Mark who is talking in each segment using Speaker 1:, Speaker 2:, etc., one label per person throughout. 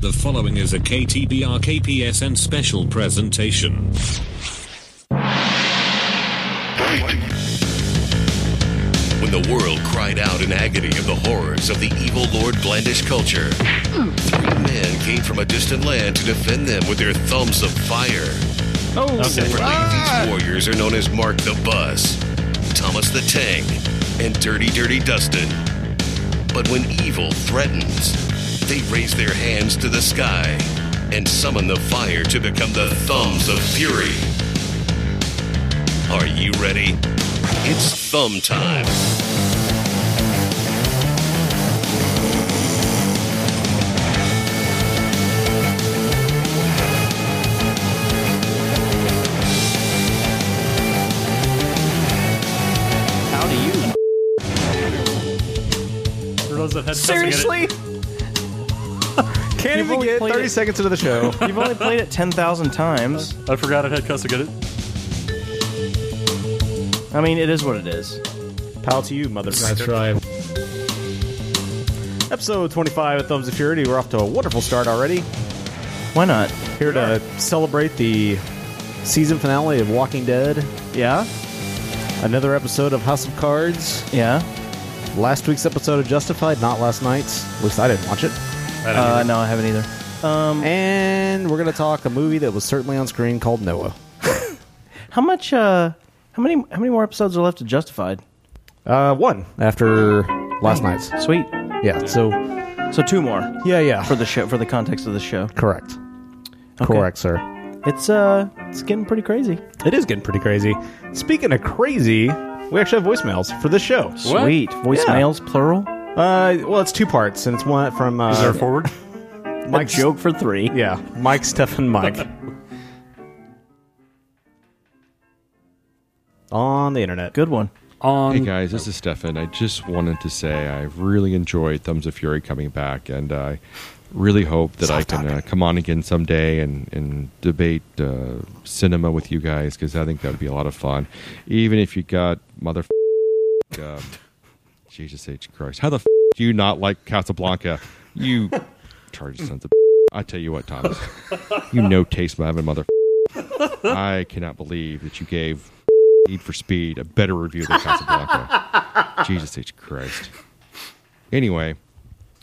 Speaker 1: The following is a KTBR KPSN special presentation.
Speaker 2: When the world cried out in agony of the horrors of the evil Lord Blandish culture, three men came from a distant land to defend them with their thumbs of fire.
Speaker 3: Oh,
Speaker 2: Separately, these warriors are known as Mark the Bus, Thomas the Tank, and Dirty Dirty Dustin. But when evil threatens, they raise their hands to the sky and summon the fire to become the Thumbs of Fury. Are you ready? It's thumb time.
Speaker 3: how do you?
Speaker 4: For those that had
Speaker 5: Seriously? Can't
Speaker 3: You've
Speaker 5: even
Speaker 3: only
Speaker 5: get
Speaker 3: played
Speaker 5: 30
Speaker 3: it-
Speaker 5: seconds into the show.
Speaker 3: You've only played it ten thousand times.
Speaker 4: I forgot it had cuss. I get it.
Speaker 3: I mean, it is what it is.
Speaker 5: Pal to you, motherfucker.
Speaker 6: That's right.
Speaker 5: Episode 25 of Thumbs of Purity. We're off to a wonderful start already.
Speaker 3: Why not?
Speaker 5: Here to celebrate the season finale of Walking Dead.
Speaker 3: Yeah,
Speaker 5: Another episode of House of Cards.
Speaker 3: yeah.
Speaker 5: Last week's episode of Justified, not last night's. At least I didn't watch it.
Speaker 3: Uh, no, I haven't either.
Speaker 5: And we're going to talk a movie that was certainly on screen called Noah.
Speaker 3: How much? Uh, how many? How many more episodes are left of Justified?
Speaker 5: Uh, one after last night's.
Speaker 3: Sweet.
Speaker 5: Yeah, so,
Speaker 3: So two more
Speaker 5: yeah, yeah.
Speaker 3: for the show. For the context of the show.
Speaker 5: Correct. Correct, sir.
Speaker 3: It's uh, it's getting pretty crazy.
Speaker 5: It is getting pretty crazy. Speaking of crazy, we actually have voicemails for this show.
Speaker 3: Sweet voicemails plural.
Speaker 5: Uh, well, it's two parts, and it's one from uh,
Speaker 4: Is there a forward?
Speaker 5: Mike's
Speaker 3: Joke for three.
Speaker 5: Yeah, Mike, Stefan, Mike. On the internet.
Speaker 3: Good one.
Speaker 4: On
Speaker 7: Hey guys, this is Stefan. I just wanted to say I really enjoyed Thumbs of Fury coming back, and I really hope that I can uh, come on again someday and, and debate uh, cinema with you guys because I think that would be a lot of fun. Even if you got mother, um, Jesus H Christ, how the f- do you not like Casablanca? You charge sons of. I tell you what, Thomas, you no taste my mother. I cannot believe that you gave Need for Speed a better review than Casablanca. Jesus H. Christ. Anyway,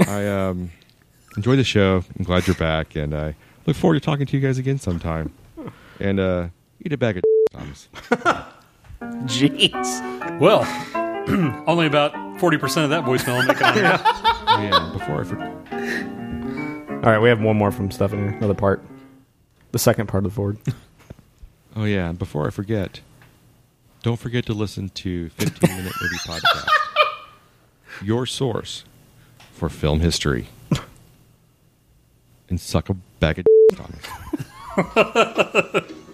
Speaker 7: I um, enjoy the show. I'm glad you're back, and I look forward to talking to you guys again sometime. And uh, eat a bag of Thomas.
Speaker 3: Jeez.
Speaker 4: well, only about forty percent of that voicemail will make it on air.
Speaker 7: Man, before I forget.
Speaker 5: All right, we have one more from Stefan. Another part. The second part of the Ford.
Speaker 7: Oh yeah, and before I forget, don't forget to listen to 15 Minute Movie Podcast, your source for film history, and suck a bag of on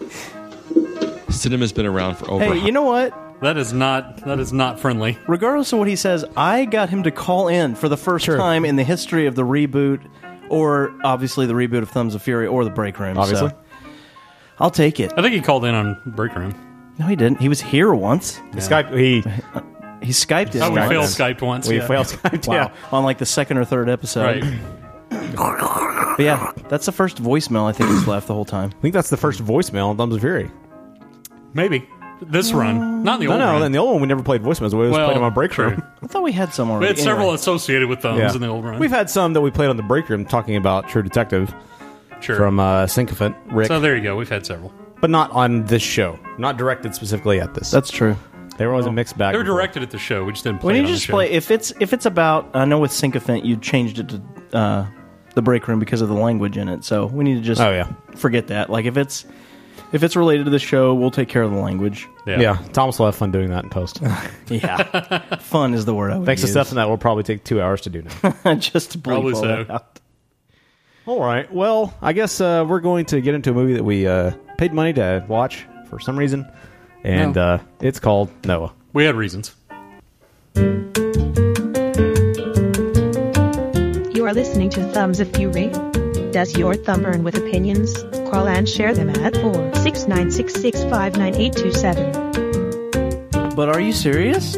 Speaker 7: it. Cinema's been around for over.
Speaker 3: Hey, you know what?
Speaker 4: That is not. That is not friendly.
Speaker 3: regardless of what he says, I got him to call in for the first time in the history of the reboot, or obviously the reboot of Thumbs of Fury or the Break Room. so
Speaker 5: Obviously.
Speaker 3: I'll take it.
Speaker 4: I think he called in on break room.
Speaker 3: No, he didn't. He was here once.
Speaker 5: Skype. He
Speaker 3: He skyped in
Speaker 4: Oh, we
Speaker 3: once.
Speaker 4: failed Skyped once.
Speaker 5: we
Speaker 4: yeah.
Speaker 5: failed Skype.
Speaker 3: Wow, on like the second or third episode.
Speaker 4: Right.
Speaker 3: But yeah, that's the first voicemail I think he's left the whole time.
Speaker 5: I think that's the first voicemail on Thumbs of Fury.
Speaker 4: Maybe this run, not in the
Speaker 5: No,
Speaker 4: old
Speaker 5: no,
Speaker 4: run.
Speaker 5: and the old one we never played voicemails. We always
Speaker 4: well,
Speaker 5: played them on break
Speaker 4: true.
Speaker 5: room.
Speaker 3: I thought we had some
Speaker 4: We
Speaker 3: already.
Speaker 4: had several
Speaker 3: Anyway,
Speaker 4: associated with thumbs in the old run.
Speaker 5: We've had some that we played on the break room talking about True Detective
Speaker 4: sure.
Speaker 5: from uh, Sycophant Rick,
Speaker 4: so there you go. We've had several.
Speaker 5: but not on this show. Not directed specifically at this.
Speaker 3: that's true.
Speaker 5: they were always a mixed bag.
Speaker 4: Oh. They were
Speaker 5: before.
Speaker 4: directed at the show. We just didn't play.
Speaker 3: When
Speaker 4: it
Speaker 3: you
Speaker 4: on the
Speaker 3: just
Speaker 4: show.
Speaker 3: play, if it's if it's about, I know with Sycophant you changed it to uh, the break room because of the language in it. So we need to just
Speaker 5: Oh, yeah.
Speaker 3: forget that. Like if it's if it's related to the show, we'll take care of the language.
Speaker 4: yeah.
Speaker 5: Yeah, Thomas will have fun doing that in post.
Speaker 3: Yeah, fun is the word I would
Speaker 5: Thanks to
Speaker 3: use.
Speaker 5: Stefan, that will probably take two hours to do now.
Speaker 3: just to bleep
Speaker 4: Probably
Speaker 3: all
Speaker 4: so.
Speaker 3: that out.
Speaker 5: All right. Well, I guess uh, we're going to get into a movie that we uh, paid money to watch for some reason, and
Speaker 4: No.
Speaker 5: uh, it's called Noah.
Speaker 4: we had reasons.
Speaker 8: You are listening to Thumbs of Fury. Does your thumb burn with opinions? Call and share them at 469665987.
Speaker 3: But are you serious?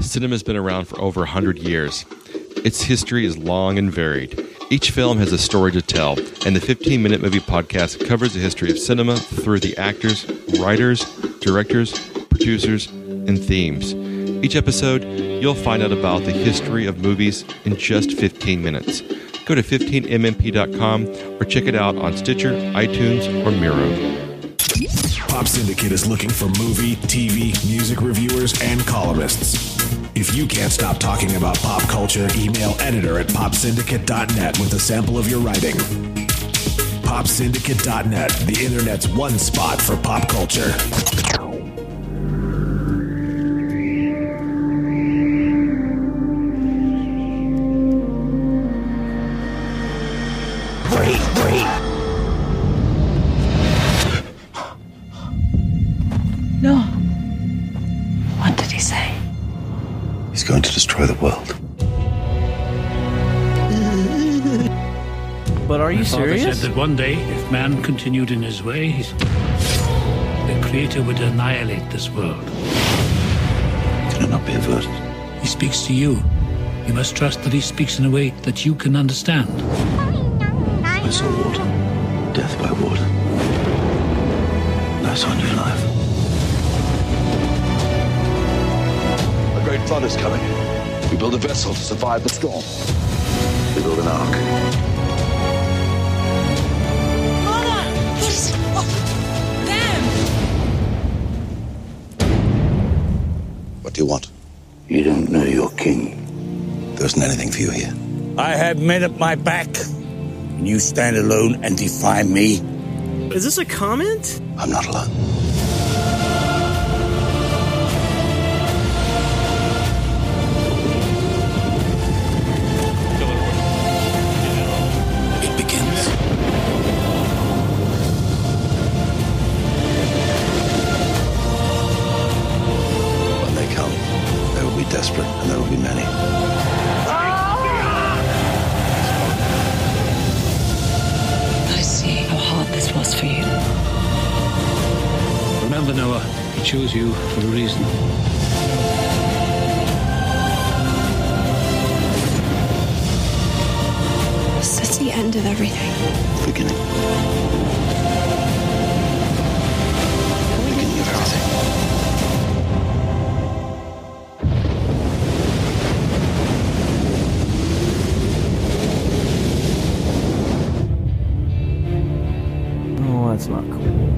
Speaker 7: cinema's been around for over 100 years. Its history is long and varied. Each film has a story to tell, and the 15 Minute Movie Podcast covers the history of cinema through the actors, writers, directors, producers, and themes. Each episode, you'll find out about the history of movies in just 15 minutes. Go to 15mmp.com or check it out on Stitcher, iTunes, or Miro.
Speaker 6: Pop Syndicate is looking for movie, TV, music reviewers, and columnists. If you can't stop talking about pop culture, email editor at popsyndicate.net with a sample of your writing. Popsyndicate.net, the internet's one spot for pop culture.
Speaker 9: No. What did he say?
Speaker 10: He's going to destroy the world.
Speaker 3: But are you
Speaker 11: My father
Speaker 3: serious?
Speaker 11: said that one day, if man continued in his ways, the Creator would annihilate this world. Can it not be averted? He speaks to you. You must trust that he speaks in a way that you can understand.
Speaker 10: I saw water. Death by water. That's our new life. A great flood is coming. We build a vessel to survive the storm. We build an ark. What do you want? You don't know your king. There isn't anything for you here.
Speaker 12: I have men at my back. And you stand alone and defy me?
Speaker 3: Is this a comment?
Speaker 10: I'm not alone.
Speaker 12: It begins.
Speaker 10: When they come, they will be desperate and there will be many.
Speaker 9: I see how hard this was for you.
Speaker 11: Remember, Noah, he chose you for a reason.
Speaker 9: This is the end of everything.
Speaker 10: Beginning. Beginning of everything.
Speaker 3: Oh, that's not cool.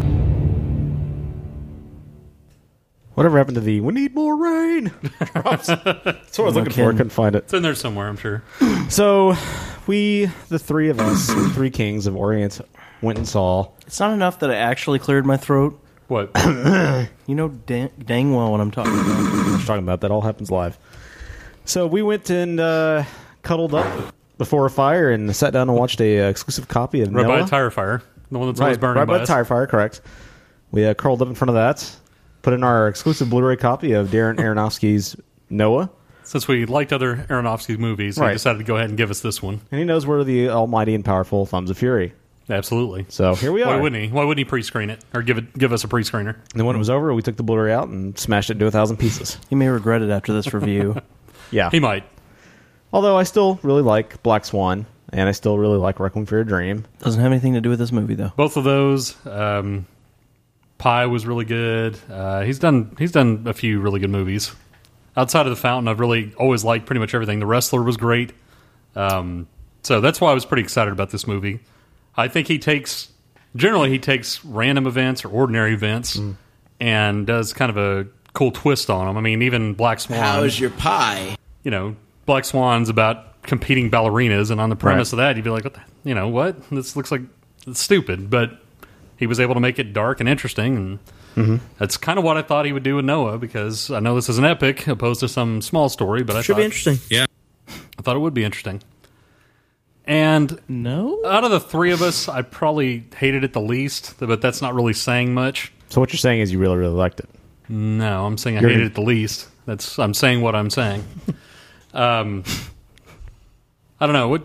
Speaker 5: Whatever happened to the "We need more rain"? Props. That's what I was looking for. I couldn't find it.
Speaker 4: It's in there somewhere, I'm sure.
Speaker 5: So, we, the three of us, the three kings of Orient, went and saw.
Speaker 3: It's not enough that I actually cleared my throat.
Speaker 4: What?
Speaker 3: You know dang, dang well what I'm talking about.
Speaker 5: I was talking about that all happens live. So we went and uh, cuddled up before a fire and sat down and watched a uh, exclusive copy of
Speaker 4: Right by a
Speaker 5: Noah.
Speaker 4: tire fire. The one that's always
Speaker 5: right,
Speaker 4: burning
Speaker 5: right
Speaker 4: by
Speaker 5: by the
Speaker 4: us.
Speaker 5: tire fire, correct? We uh, curled up in front of that, put in our exclusive Blu-ray copy of Darren Aronofsky's Noah,
Speaker 4: Since we liked other Aronofsky movies,
Speaker 5: Right.
Speaker 4: he decided to go ahead and give us this one.
Speaker 5: and he knows we're the almighty and powerful thumbs of fury.
Speaker 4: Absolutely.
Speaker 5: So here we are.
Speaker 4: Why wouldn't he? Why wouldn't he pre-screen it or give it give us a pre-screener?
Speaker 5: And then when it was over, we took the Blu-ray out and smashed it into a thousand pieces.
Speaker 3: You may regret it after this review.
Speaker 5: Yeah.
Speaker 4: He might.
Speaker 5: Although I still really like Black Swan, and I still really like Requiem for a Dream.
Speaker 3: Doesn't have anything to do with this movie, though.
Speaker 4: Both of those. Um, Pie was really good. Uh, he's done he's done a few really good movies. Outside of the Fountain, I've really always liked pretty much everything. The Wrestler was great. Um, so that's why I was pretty excited about this movie. I think he takes generally he takes random events or ordinary events and does kind of a cool twist on them. I mean, even Black Swan.
Speaker 12: How's your pie?
Speaker 4: you know, Black Swan's about competing ballerinas, and on the premise of that, you'd be like, what the, you know, what? This looks like it's stupid, but he was able to make it dark and interesting, and
Speaker 12: Mm-hmm.
Speaker 4: that's kind of what I thought he would do with Noah, because I know this is an epic opposed to some small story, but I
Speaker 12: Should
Speaker 4: thought,
Speaker 12: be interesting.
Speaker 4: I thought it would be interesting. And
Speaker 3: No?
Speaker 4: out of the three of us, I probably hated it the least, but that's not really saying much.
Speaker 5: So what you're saying is you really, really liked it.
Speaker 4: No, I'm saying I
Speaker 5: You're-
Speaker 4: hated it the least. That's I'm saying what I'm saying. um, I don't know what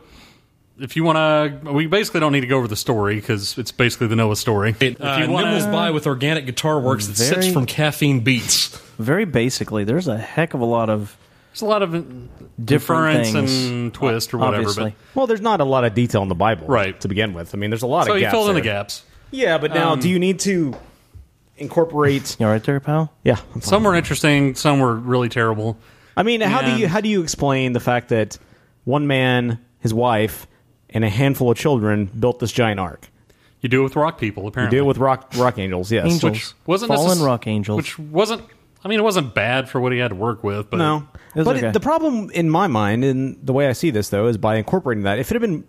Speaker 4: if you want to. We basically don't need to go over the story because it's basically the Noah story.
Speaker 13: It
Speaker 4: if you
Speaker 13: uh,
Speaker 4: wanna-
Speaker 13: nibbles by with organic guitar works that
Speaker 3: Very-
Speaker 13: sips from caffeine beats.
Speaker 3: Very basically, there's a heck of a lot of
Speaker 4: It's a lot of difference and twist or whatever.
Speaker 5: Obviously. Well, there's not a lot of detail in the Bible, right? To begin with, I mean, there's a lot
Speaker 4: But so
Speaker 5: of
Speaker 4: you
Speaker 5: gaps
Speaker 4: filled in the
Speaker 5: there.
Speaker 4: gaps.
Speaker 5: Yeah, but now,
Speaker 4: Um,
Speaker 5: do you need to incorporate?
Speaker 3: You all right there, pal?
Speaker 5: Yeah.
Speaker 4: Some were interesting. Some were really terrible.
Speaker 5: I mean, how do
Speaker 4: And-
Speaker 5: you how do you explain the fact that one man, his wife, and a handful of children built this giant ark?
Speaker 4: You do it with rock people, apparently.
Speaker 5: You do it with rock rock angels, yes.
Speaker 4: Angels. Which wasn't Fallen necess- rock
Speaker 3: angels.
Speaker 4: Which wasn't. I mean, it wasn't bad for what he had to work with, but
Speaker 5: no, but it- the problem in my mind and the way I see this though is by incorporating that. If it had been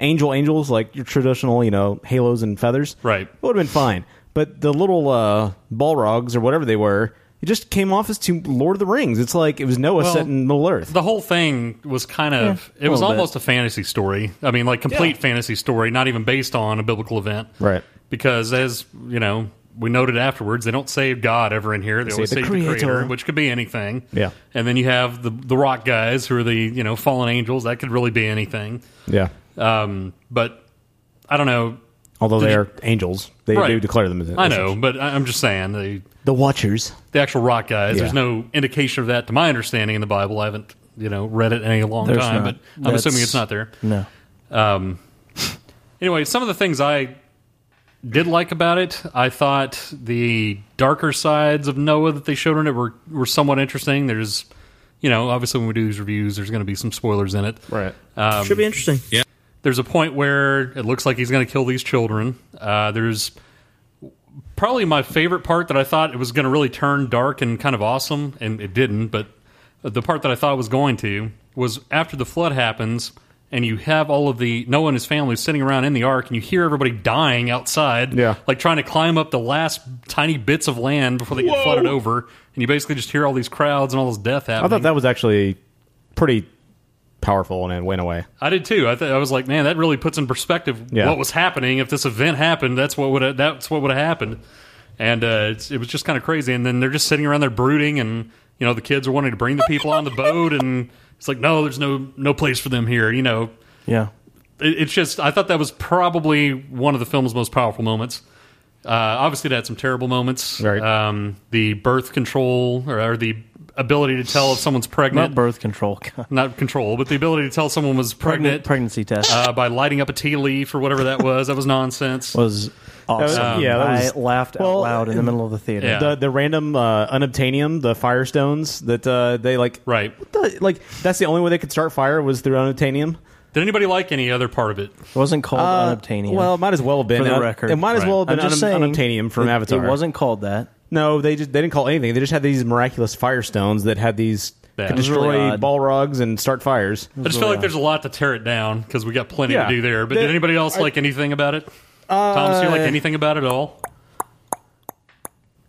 Speaker 5: angel angels like your traditional, you know, halos and feathers, right, it would have been fine. But the little uh, Balrogs or whatever they were, it just came off as to Lord of the Rings. It's like it was Noah
Speaker 4: Well,
Speaker 5: set in Middle Earth.
Speaker 4: the whole thing was kind of.
Speaker 5: Yeah,
Speaker 4: it was
Speaker 5: a little bit.
Speaker 4: almost a fantasy story. I mean, like complete fantasy story, not even based on a biblical event,
Speaker 5: Right.
Speaker 4: Because as you know, we noted afterwards, they don't save God ever in here. They,
Speaker 5: They
Speaker 4: always
Speaker 5: save
Speaker 4: save
Speaker 5: the
Speaker 4: the creator.
Speaker 5: creator.
Speaker 4: which could be anything.
Speaker 5: Yeah.
Speaker 4: And then you have the the rock guys who are the you know fallen angels. That could really be anything.
Speaker 5: Yeah.
Speaker 4: Um, but I don't know.
Speaker 5: Although
Speaker 4: Did
Speaker 5: they
Speaker 4: you-
Speaker 5: are angels, they
Speaker 4: Right.
Speaker 5: do declare them as
Speaker 4: I know,
Speaker 5: angels.
Speaker 4: but I- I'm just saying the
Speaker 5: The Watchers.
Speaker 4: the actual rock guys.
Speaker 5: Yeah.
Speaker 4: There's no indication of that, to my understanding, in the Bible. I haven't you know read it in a long
Speaker 3: There's not.
Speaker 4: time, but I'm assuming
Speaker 3: That's-
Speaker 4: it's not there.
Speaker 3: No.
Speaker 4: Um, anyway, some of the things I did like about it, I thought the darker sides of Noah that they showed in it were were somewhat interesting. There's, you know, obviously when we do these reviews, there's going to be some spoilers in it. Right. Um,
Speaker 13: Should be interesting.
Speaker 4: Yeah. There's a point where it looks like he's going to kill these children. Uh, there's probably my favorite part that I thought it was going to really turn dark and kind of awesome, and it didn't. But the part that I thought was going to was after the flood happens, and you have all of the Noah and his family sitting around in the ark, and you hear everybody dying outside, yeah. like trying to climb up the last tiny bits of land before they get
Speaker 5: Whoa.
Speaker 4: flooded over, and you basically just hear all these crowds and all this death happening.
Speaker 5: I thought that was actually pretty powerful and it went away.
Speaker 4: I did too. I, th- I was like, man, that really puts in perspective
Speaker 5: Yeah.
Speaker 4: what was happening. If this event happened, that's what would that's what would have happened. And uh, it's, it was just kind of crazy. And then they're just sitting around there brooding, and you know the kids are wanting to bring the people on the boat, and it's like, no, there's no no place for them here. You know,
Speaker 3: Yeah.
Speaker 4: it, it's just I thought that was probably one of the film's most powerful moments. Uh, obviously, it had some terrible moments. Right. Um, the birth control or, or the ability to tell if someone's pregnant
Speaker 3: Not birth control.
Speaker 4: not control, but the ability to tell someone was pregnant,
Speaker 3: pregnancy test
Speaker 4: uh, by lighting up a tea leaf or whatever that was. That was nonsense.
Speaker 3: was awesome.
Speaker 4: Um,
Speaker 5: yeah, that was-
Speaker 3: I laughed out loud in the middle of the theater.
Speaker 5: The the random uh, unobtainium, the firestones that uh, they like.
Speaker 4: Right.
Speaker 5: What the, like that's the only way they could start fire was through unobtainium.
Speaker 4: Did anybody like any other part of it?
Speaker 3: It wasn't called
Speaker 5: Uh,
Speaker 3: unobtainium.
Speaker 5: well, it might as well have been.
Speaker 3: For the
Speaker 5: Uh,
Speaker 3: record,
Speaker 5: it might as well have been
Speaker 3: I'm just
Speaker 5: unob-
Speaker 3: saying
Speaker 5: unobtainium from
Speaker 3: it-
Speaker 5: Avatar.
Speaker 3: It wasn't called that.
Speaker 5: No, they just they didn't call it anything. They just had these miraculous firestones that had these
Speaker 4: Yeah.
Speaker 5: could
Speaker 4: It was
Speaker 5: destroy
Speaker 4: really odd.
Speaker 5: Balrogs and start fires.
Speaker 4: I just feel like there's a lot to tear it down because we got plenty
Speaker 5: Yeah.
Speaker 4: to do there. But
Speaker 5: There-
Speaker 4: did anybody else
Speaker 5: I-
Speaker 4: like anything about it? Thomas, do you like
Speaker 3: Uh,
Speaker 4: anything about it at all?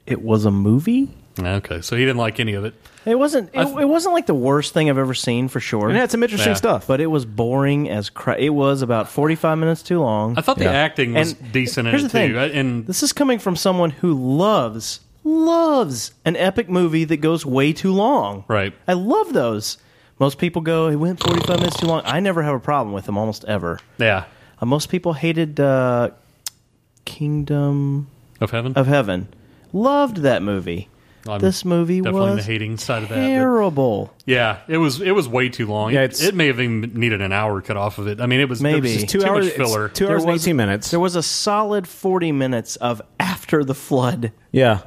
Speaker 3: It was a movie.
Speaker 4: Okay, so he didn't like any of it.
Speaker 3: It wasn't. It,
Speaker 4: I th-
Speaker 3: it wasn't like the worst thing I've ever seen for sure.
Speaker 4: It had some interesting Yeah. stuff.
Speaker 3: but it was boring as crap. It was about forty-five minutes too long.
Speaker 4: I thought the acting was
Speaker 3: And
Speaker 4: decent in
Speaker 3: here's
Speaker 4: it
Speaker 3: the thing.
Speaker 4: too. I- And
Speaker 3: This is coming from someone who loves loves an epic movie that goes way too long.
Speaker 4: Right.
Speaker 3: I love those. Most people go, it went forty-five minutes too long. I never have a problem with them almost ever.
Speaker 4: yeah,
Speaker 3: Uh, most people hated uh, Kingdom
Speaker 4: of Heaven.
Speaker 3: Of Heaven. Loved that movie.
Speaker 4: I'm
Speaker 3: this movie
Speaker 4: definitely on the
Speaker 3: was
Speaker 4: hating side of that. but-
Speaker 3: terrible.
Speaker 4: Yeah, it was it was way too long.
Speaker 3: Yeah,
Speaker 4: it,
Speaker 3: it's-
Speaker 4: it may have even needed an hour cut off of it. I mean, it was there was
Speaker 3: Maybe
Speaker 4: just too much filler.
Speaker 3: There was- There was a solid forty minutes of after the flood.
Speaker 5: Yeah,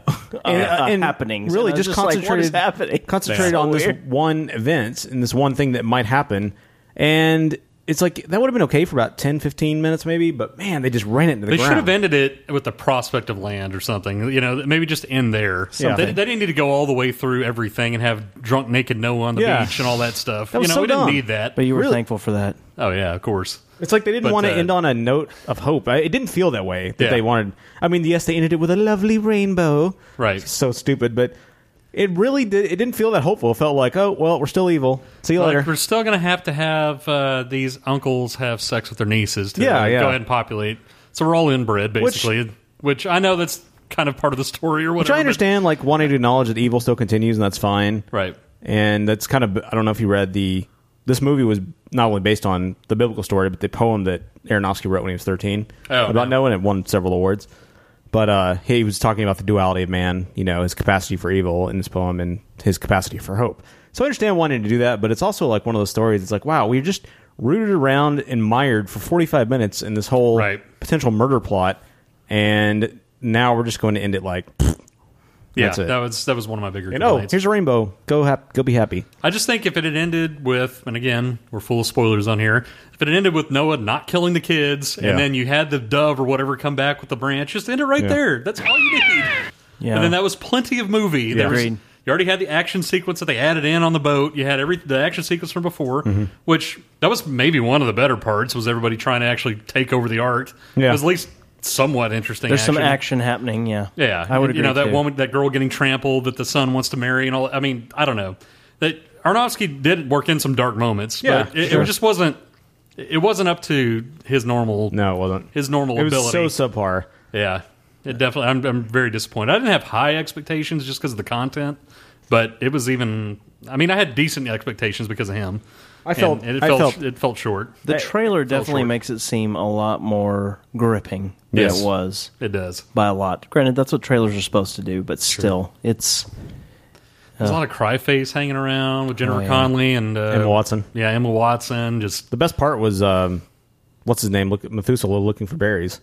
Speaker 3: And, uh, happenings.
Speaker 5: Really,
Speaker 3: And I was
Speaker 5: just,
Speaker 3: just like,
Speaker 5: concentrated.
Speaker 3: what is happening?
Speaker 5: Concentrated
Speaker 3: Yeah.
Speaker 5: on this
Speaker 3: So weird.
Speaker 5: one event and this one thing that might happen, and it's like that would have been okay for about 10, 15 minutes maybe. But man, they just ran it into the
Speaker 4: they should
Speaker 5: ground.
Speaker 4: have ended it with the prospect of land or something. You know, maybe just end there.
Speaker 5: Yeah.
Speaker 4: They, they didn't need to go all the way through everything and have drunk naked Noah on the
Speaker 5: Yeah.
Speaker 4: beach and all that stuff.
Speaker 5: That was
Speaker 4: you know,
Speaker 5: so
Speaker 4: we didn't
Speaker 5: dumb.
Speaker 4: need that.
Speaker 5: But you were Really?
Speaker 3: thankful for that.
Speaker 4: Oh yeah, of course.
Speaker 5: It's like they didn't
Speaker 4: But,
Speaker 5: want to
Speaker 4: uh,
Speaker 5: end on a note of hope. I- It didn't feel that way that
Speaker 4: Yeah.
Speaker 5: they wanted. I mean, yes, they ended it with a lovely rainbow.
Speaker 4: Right.
Speaker 5: So stupid, but it really did. It didn't feel that hopeful. It felt like, oh well, we're still evil. See you
Speaker 4: Like,
Speaker 5: later.
Speaker 4: we're still going to have to have uh, these uncles have sex with their nieces to
Speaker 5: Yeah,
Speaker 4: uh,
Speaker 5: yeah.
Speaker 4: go ahead and populate. So we're all inbred,
Speaker 5: Which-
Speaker 4: basically. Which, I know that's kind of part of the story or
Speaker 5: Which
Speaker 4: whatever.
Speaker 5: I understand, like wanting to acknowledge that evil still continues, and that's fine.
Speaker 4: Right.
Speaker 5: And that's kind of I don't know if you read the this movie was not only based on the biblical story, but the poem that Aronofsky wrote when he was thirteen
Speaker 4: Oh,
Speaker 5: about Noah, and it won several awards. But uh, he was talking about the duality of man, you know, his capacity for evil in this poem and his capacity for hope. So I understand wanting to do that, but it's also like one of those stories. It's like, wow, we just rooted around and mired for 45 minutes in this whole potential murder plot, and now we're just going to end it like, pfft,
Speaker 4: Yeah,
Speaker 5: that's it.
Speaker 4: that was that was one of my bigger
Speaker 5: and oh,
Speaker 4: complaints.
Speaker 5: here's a rainbow. Go hap- go be happy.
Speaker 4: I just think if it had ended with, and again, we're full of spoilers on here. If it had ended with Noah not killing the kids,
Speaker 5: Yeah.
Speaker 4: and then you had the dove or whatever come back with the branch, just end it right
Speaker 5: Yeah.
Speaker 4: there. That's all you need.
Speaker 3: Yeah.
Speaker 4: And then that was plenty of movie. There was,
Speaker 3: Agreed.
Speaker 4: you already had the action sequence that they added in on the boat. You had every the action sequence from before,
Speaker 5: Mhm.
Speaker 4: which that was maybe one of the better parts was everybody trying to actually take over the art.
Speaker 3: Yeah.
Speaker 4: It was at least somewhat interesting.
Speaker 3: There's some action happening. Yeah,
Speaker 4: Yeah,
Speaker 3: I would agree.
Speaker 4: You know that
Speaker 3: too.
Speaker 4: woman, that girl getting trampled, that the son wants to marry, and all. I mean, I don't know. That Aronofsky did work in some dark moments,
Speaker 5: Yeah,
Speaker 4: but it,
Speaker 5: sure.
Speaker 4: it just wasn't. It wasn't up to his normal.
Speaker 5: No, it wasn't
Speaker 4: his normal
Speaker 5: It was
Speaker 4: ability.
Speaker 5: so subpar.
Speaker 4: yeah, it definitely. I'm, I'm very disappointed. I didn't have high expectations just because of the content, but it was even. I mean, I had decent expectations because of him.
Speaker 5: I felt-
Speaker 4: and it
Speaker 5: I
Speaker 4: felt,
Speaker 5: felt-
Speaker 4: it felt short.
Speaker 3: The
Speaker 4: It
Speaker 3: trailer
Speaker 4: felt
Speaker 3: definitely
Speaker 4: short.
Speaker 3: makes it seem a lot more gripping than
Speaker 4: Yes.
Speaker 3: it was.
Speaker 4: It does.
Speaker 3: By a lot. Granted, that's what trailers are supposed to do, but still, it's.
Speaker 4: There's a
Speaker 3: uh,
Speaker 4: lot of cry face hanging around with Jennifer
Speaker 3: Oh, yeah.
Speaker 4: Connelly and uh,
Speaker 5: Emma Watson.
Speaker 4: Yeah, Emma Watson. Just
Speaker 5: the best part was um, what's his name? Look, Methuselah looking for berries.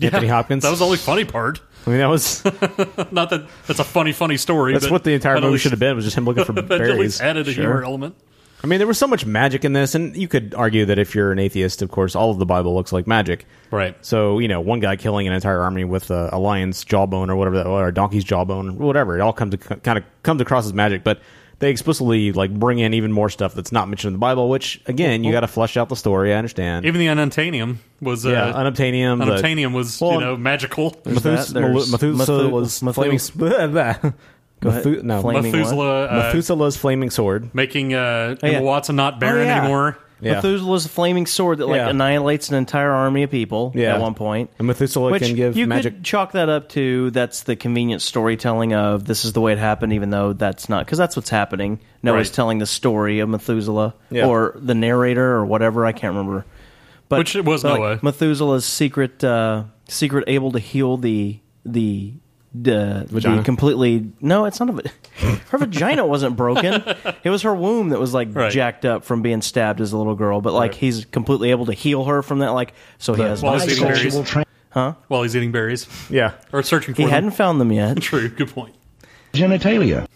Speaker 5: Anthony
Speaker 4: Yeah,
Speaker 5: Hopkins.
Speaker 4: That was the only funny part.
Speaker 5: I mean, that was
Speaker 4: Not that that's a funny, funny story.
Speaker 5: that's
Speaker 4: but
Speaker 5: what the entire
Speaker 4: at
Speaker 5: movie
Speaker 4: least-
Speaker 5: should have been. Was just him looking for
Speaker 4: that
Speaker 5: berries.
Speaker 4: At least added a
Speaker 5: Sure.
Speaker 4: humor element.
Speaker 5: I mean, there was so much magic in this, and you could argue that if you're an atheist, of course, all of the Bible looks like magic.
Speaker 4: Right.
Speaker 5: So, you know, one guy killing an entire army with a, a lion's jawbone or whatever that, or a donkey's jawbone, whatever. It all comes kind of comes across as magic, but they explicitly like bring in even more stuff that's not mentioned in the Bible. Which, again, you
Speaker 4: Well-
Speaker 5: got to flesh out the story. I understand.
Speaker 4: Even the unobtainium was uh,
Speaker 5: Yeah, unobtainium, the-
Speaker 4: Unobtainium was you know magical.
Speaker 5: Methus- Melu- Methuselah was flaming. s-
Speaker 4: Go ahead.
Speaker 5: Methu- no.
Speaker 4: Flaming what? Methuselah, uh,
Speaker 5: Methuselah's flaming sword.
Speaker 4: making uh,
Speaker 3: Oh, yeah.
Speaker 4: Emma Watson not barren
Speaker 3: yeah.
Speaker 4: anymore.
Speaker 3: Methuselah's flaming sword that like
Speaker 4: Yeah.
Speaker 3: annihilates an entire army of people
Speaker 5: Yeah.
Speaker 3: at one point.
Speaker 5: And Methuselah
Speaker 3: Which
Speaker 5: can give
Speaker 3: you
Speaker 5: magic.
Speaker 3: could chalk that up to that's the convenient storytelling of this is the way it happened, even though that's not because that's what's happening. Noah's
Speaker 4: Right.
Speaker 3: telling the story of Methuselah
Speaker 4: Yeah.
Speaker 3: or the narrator or whatever I can't remember. But
Speaker 4: Which it was
Speaker 3: but, like,
Speaker 4: Noah.
Speaker 3: Methuselah's secret uh, secret able to heal the the. The,
Speaker 5: Vagina.
Speaker 3: the completely no, it's not a. va- Her vagina wasn't broken. It was her womb that was like
Speaker 4: Right.
Speaker 3: jacked up from being stabbed as a little girl. But like he's completely able to heal her from that. Like so he
Speaker 4: Right.
Speaker 3: has
Speaker 4: While he's eating
Speaker 3: bisexual
Speaker 4: berries.
Speaker 3: tra- huh?
Speaker 4: While he's eating berries.
Speaker 5: Yeah.
Speaker 4: Or searching for
Speaker 3: He
Speaker 4: them.
Speaker 3: hadn't found them yet.
Speaker 4: True. Good point.
Speaker 12: Genitalia.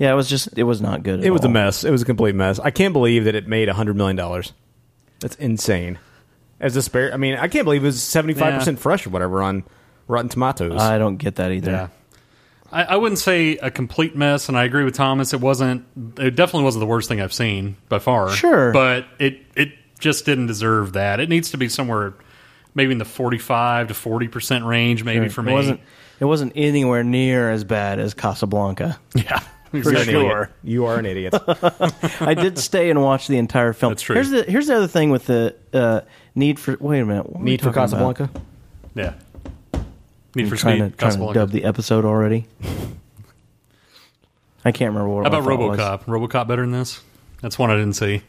Speaker 3: Yeah, it was just it was not good. At
Speaker 5: It was a
Speaker 3: all.
Speaker 5: mess. It was a complete mess. I can't believe that it made hundred million dollars. That's insane. As a spare, I mean, I can't believe it was seventy five percent
Speaker 4: Yeah.
Speaker 5: fresh or whatever on Rotten Tomatoes.
Speaker 3: I don't get that either.
Speaker 4: Yeah. I, I wouldn't say a complete mess, and I agree with Thomas. It wasn't. It definitely wasn't the worst thing I've seen by far.
Speaker 3: Sure.
Speaker 4: but it it just didn't deserve that. It needs to be somewhere, maybe in the forty-five to forty percent range, maybe
Speaker 3: Sure.
Speaker 4: for
Speaker 3: it
Speaker 4: me.
Speaker 3: wasn't it wasn't anywhere near as bad as Casablanca.
Speaker 4: Yeah,
Speaker 3: for sure.
Speaker 5: You are an idiot.
Speaker 3: I did stay and watch the entire film. That's
Speaker 5: true.
Speaker 3: Here's the here's the other thing with the uh, need for wait a minute what were we
Speaker 5: Need for
Speaker 3: talking about?
Speaker 5: Casablanca.
Speaker 4: Yeah. Need
Speaker 3: I'm
Speaker 4: for
Speaker 3: trying to, trying
Speaker 4: Speed,
Speaker 3: to
Speaker 4: Casablanca.
Speaker 3: dub the episode already. I can't remember what.
Speaker 4: How about
Speaker 3: I thought it was.
Speaker 4: RoboCop? RoboCop better than this? That's one I didn't see.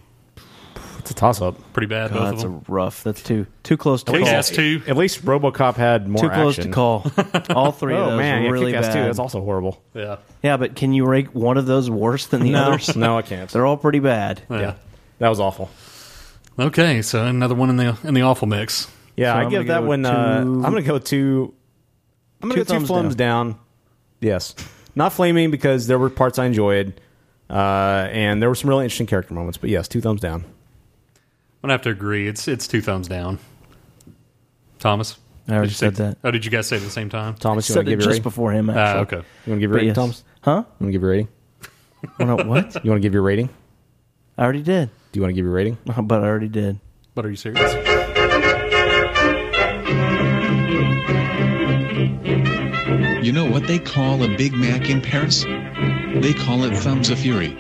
Speaker 5: It's a toss up.
Speaker 4: Pretty bad.
Speaker 3: God,
Speaker 4: both of
Speaker 3: that's
Speaker 4: them.
Speaker 3: a rough. That's too too close to
Speaker 4: Kick
Speaker 3: call.
Speaker 4: Ass two.
Speaker 5: At least RoboCop had more.
Speaker 3: Too close to
Speaker 5: action.
Speaker 3: call. All three of
Speaker 5: Oh
Speaker 3: those
Speaker 5: man,
Speaker 3: were
Speaker 5: yeah,
Speaker 3: really
Speaker 5: Kick-Ass
Speaker 3: bad.
Speaker 5: Two. That's also horrible.
Speaker 4: Yeah.
Speaker 3: Yeah, but can you rank one of those worse than the
Speaker 5: No.
Speaker 3: others?
Speaker 5: No, I can't.
Speaker 3: They're all pretty bad.
Speaker 4: Yeah.
Speaker 5: That was awful.
Speaker 4: Okay, so another one in the in the awful mix.
Speaker 5: Yeah, I give that one. uh, I'm gonna go two. I'm gonna
Speaker 4: Two
Speaker 5: go two
Speaker 4: thumbs
Speaker 5: thumbs down. Yes, not flaming because there were parts I enjoyed, uh, and there were some really interesting character moments. But yes, two thumbs down.
Speaker 4: I'm gonna have to agree. It's it's two thumbs down. Thomas,
Speaker 3: I already
Speaker 4: Did you say-
Speaker 3: said that.
Speaker 4: Oh, did you guys say it at the same time?
Speaker 5: Thomas, you want to give
Speaker 3: it
Speaker 5: your
Speaker 3: just
Speaker 5: rating?
Speaker 3: before him.
Speaker 4: Ah,
Speaker 3: Actually.
Speaker 4: okay. You
Speaker 5: wanna give
Speaker 3: But
Speaker 5: your rating, Thomas?
Speaker 3: Huh?
Speaker 5: You want to give your rating?
Speaker 3: What? what?
Speaker 5: You want to give your rating?
Speaker 3: I already did.
Speaker 5: Do you want to give your rating?
Speaker 3: But I already did.
Speaker 4: But are you serious?
Speaker 13: You know what they call a Big Mac in Paris? They call it Thumbs of Fury.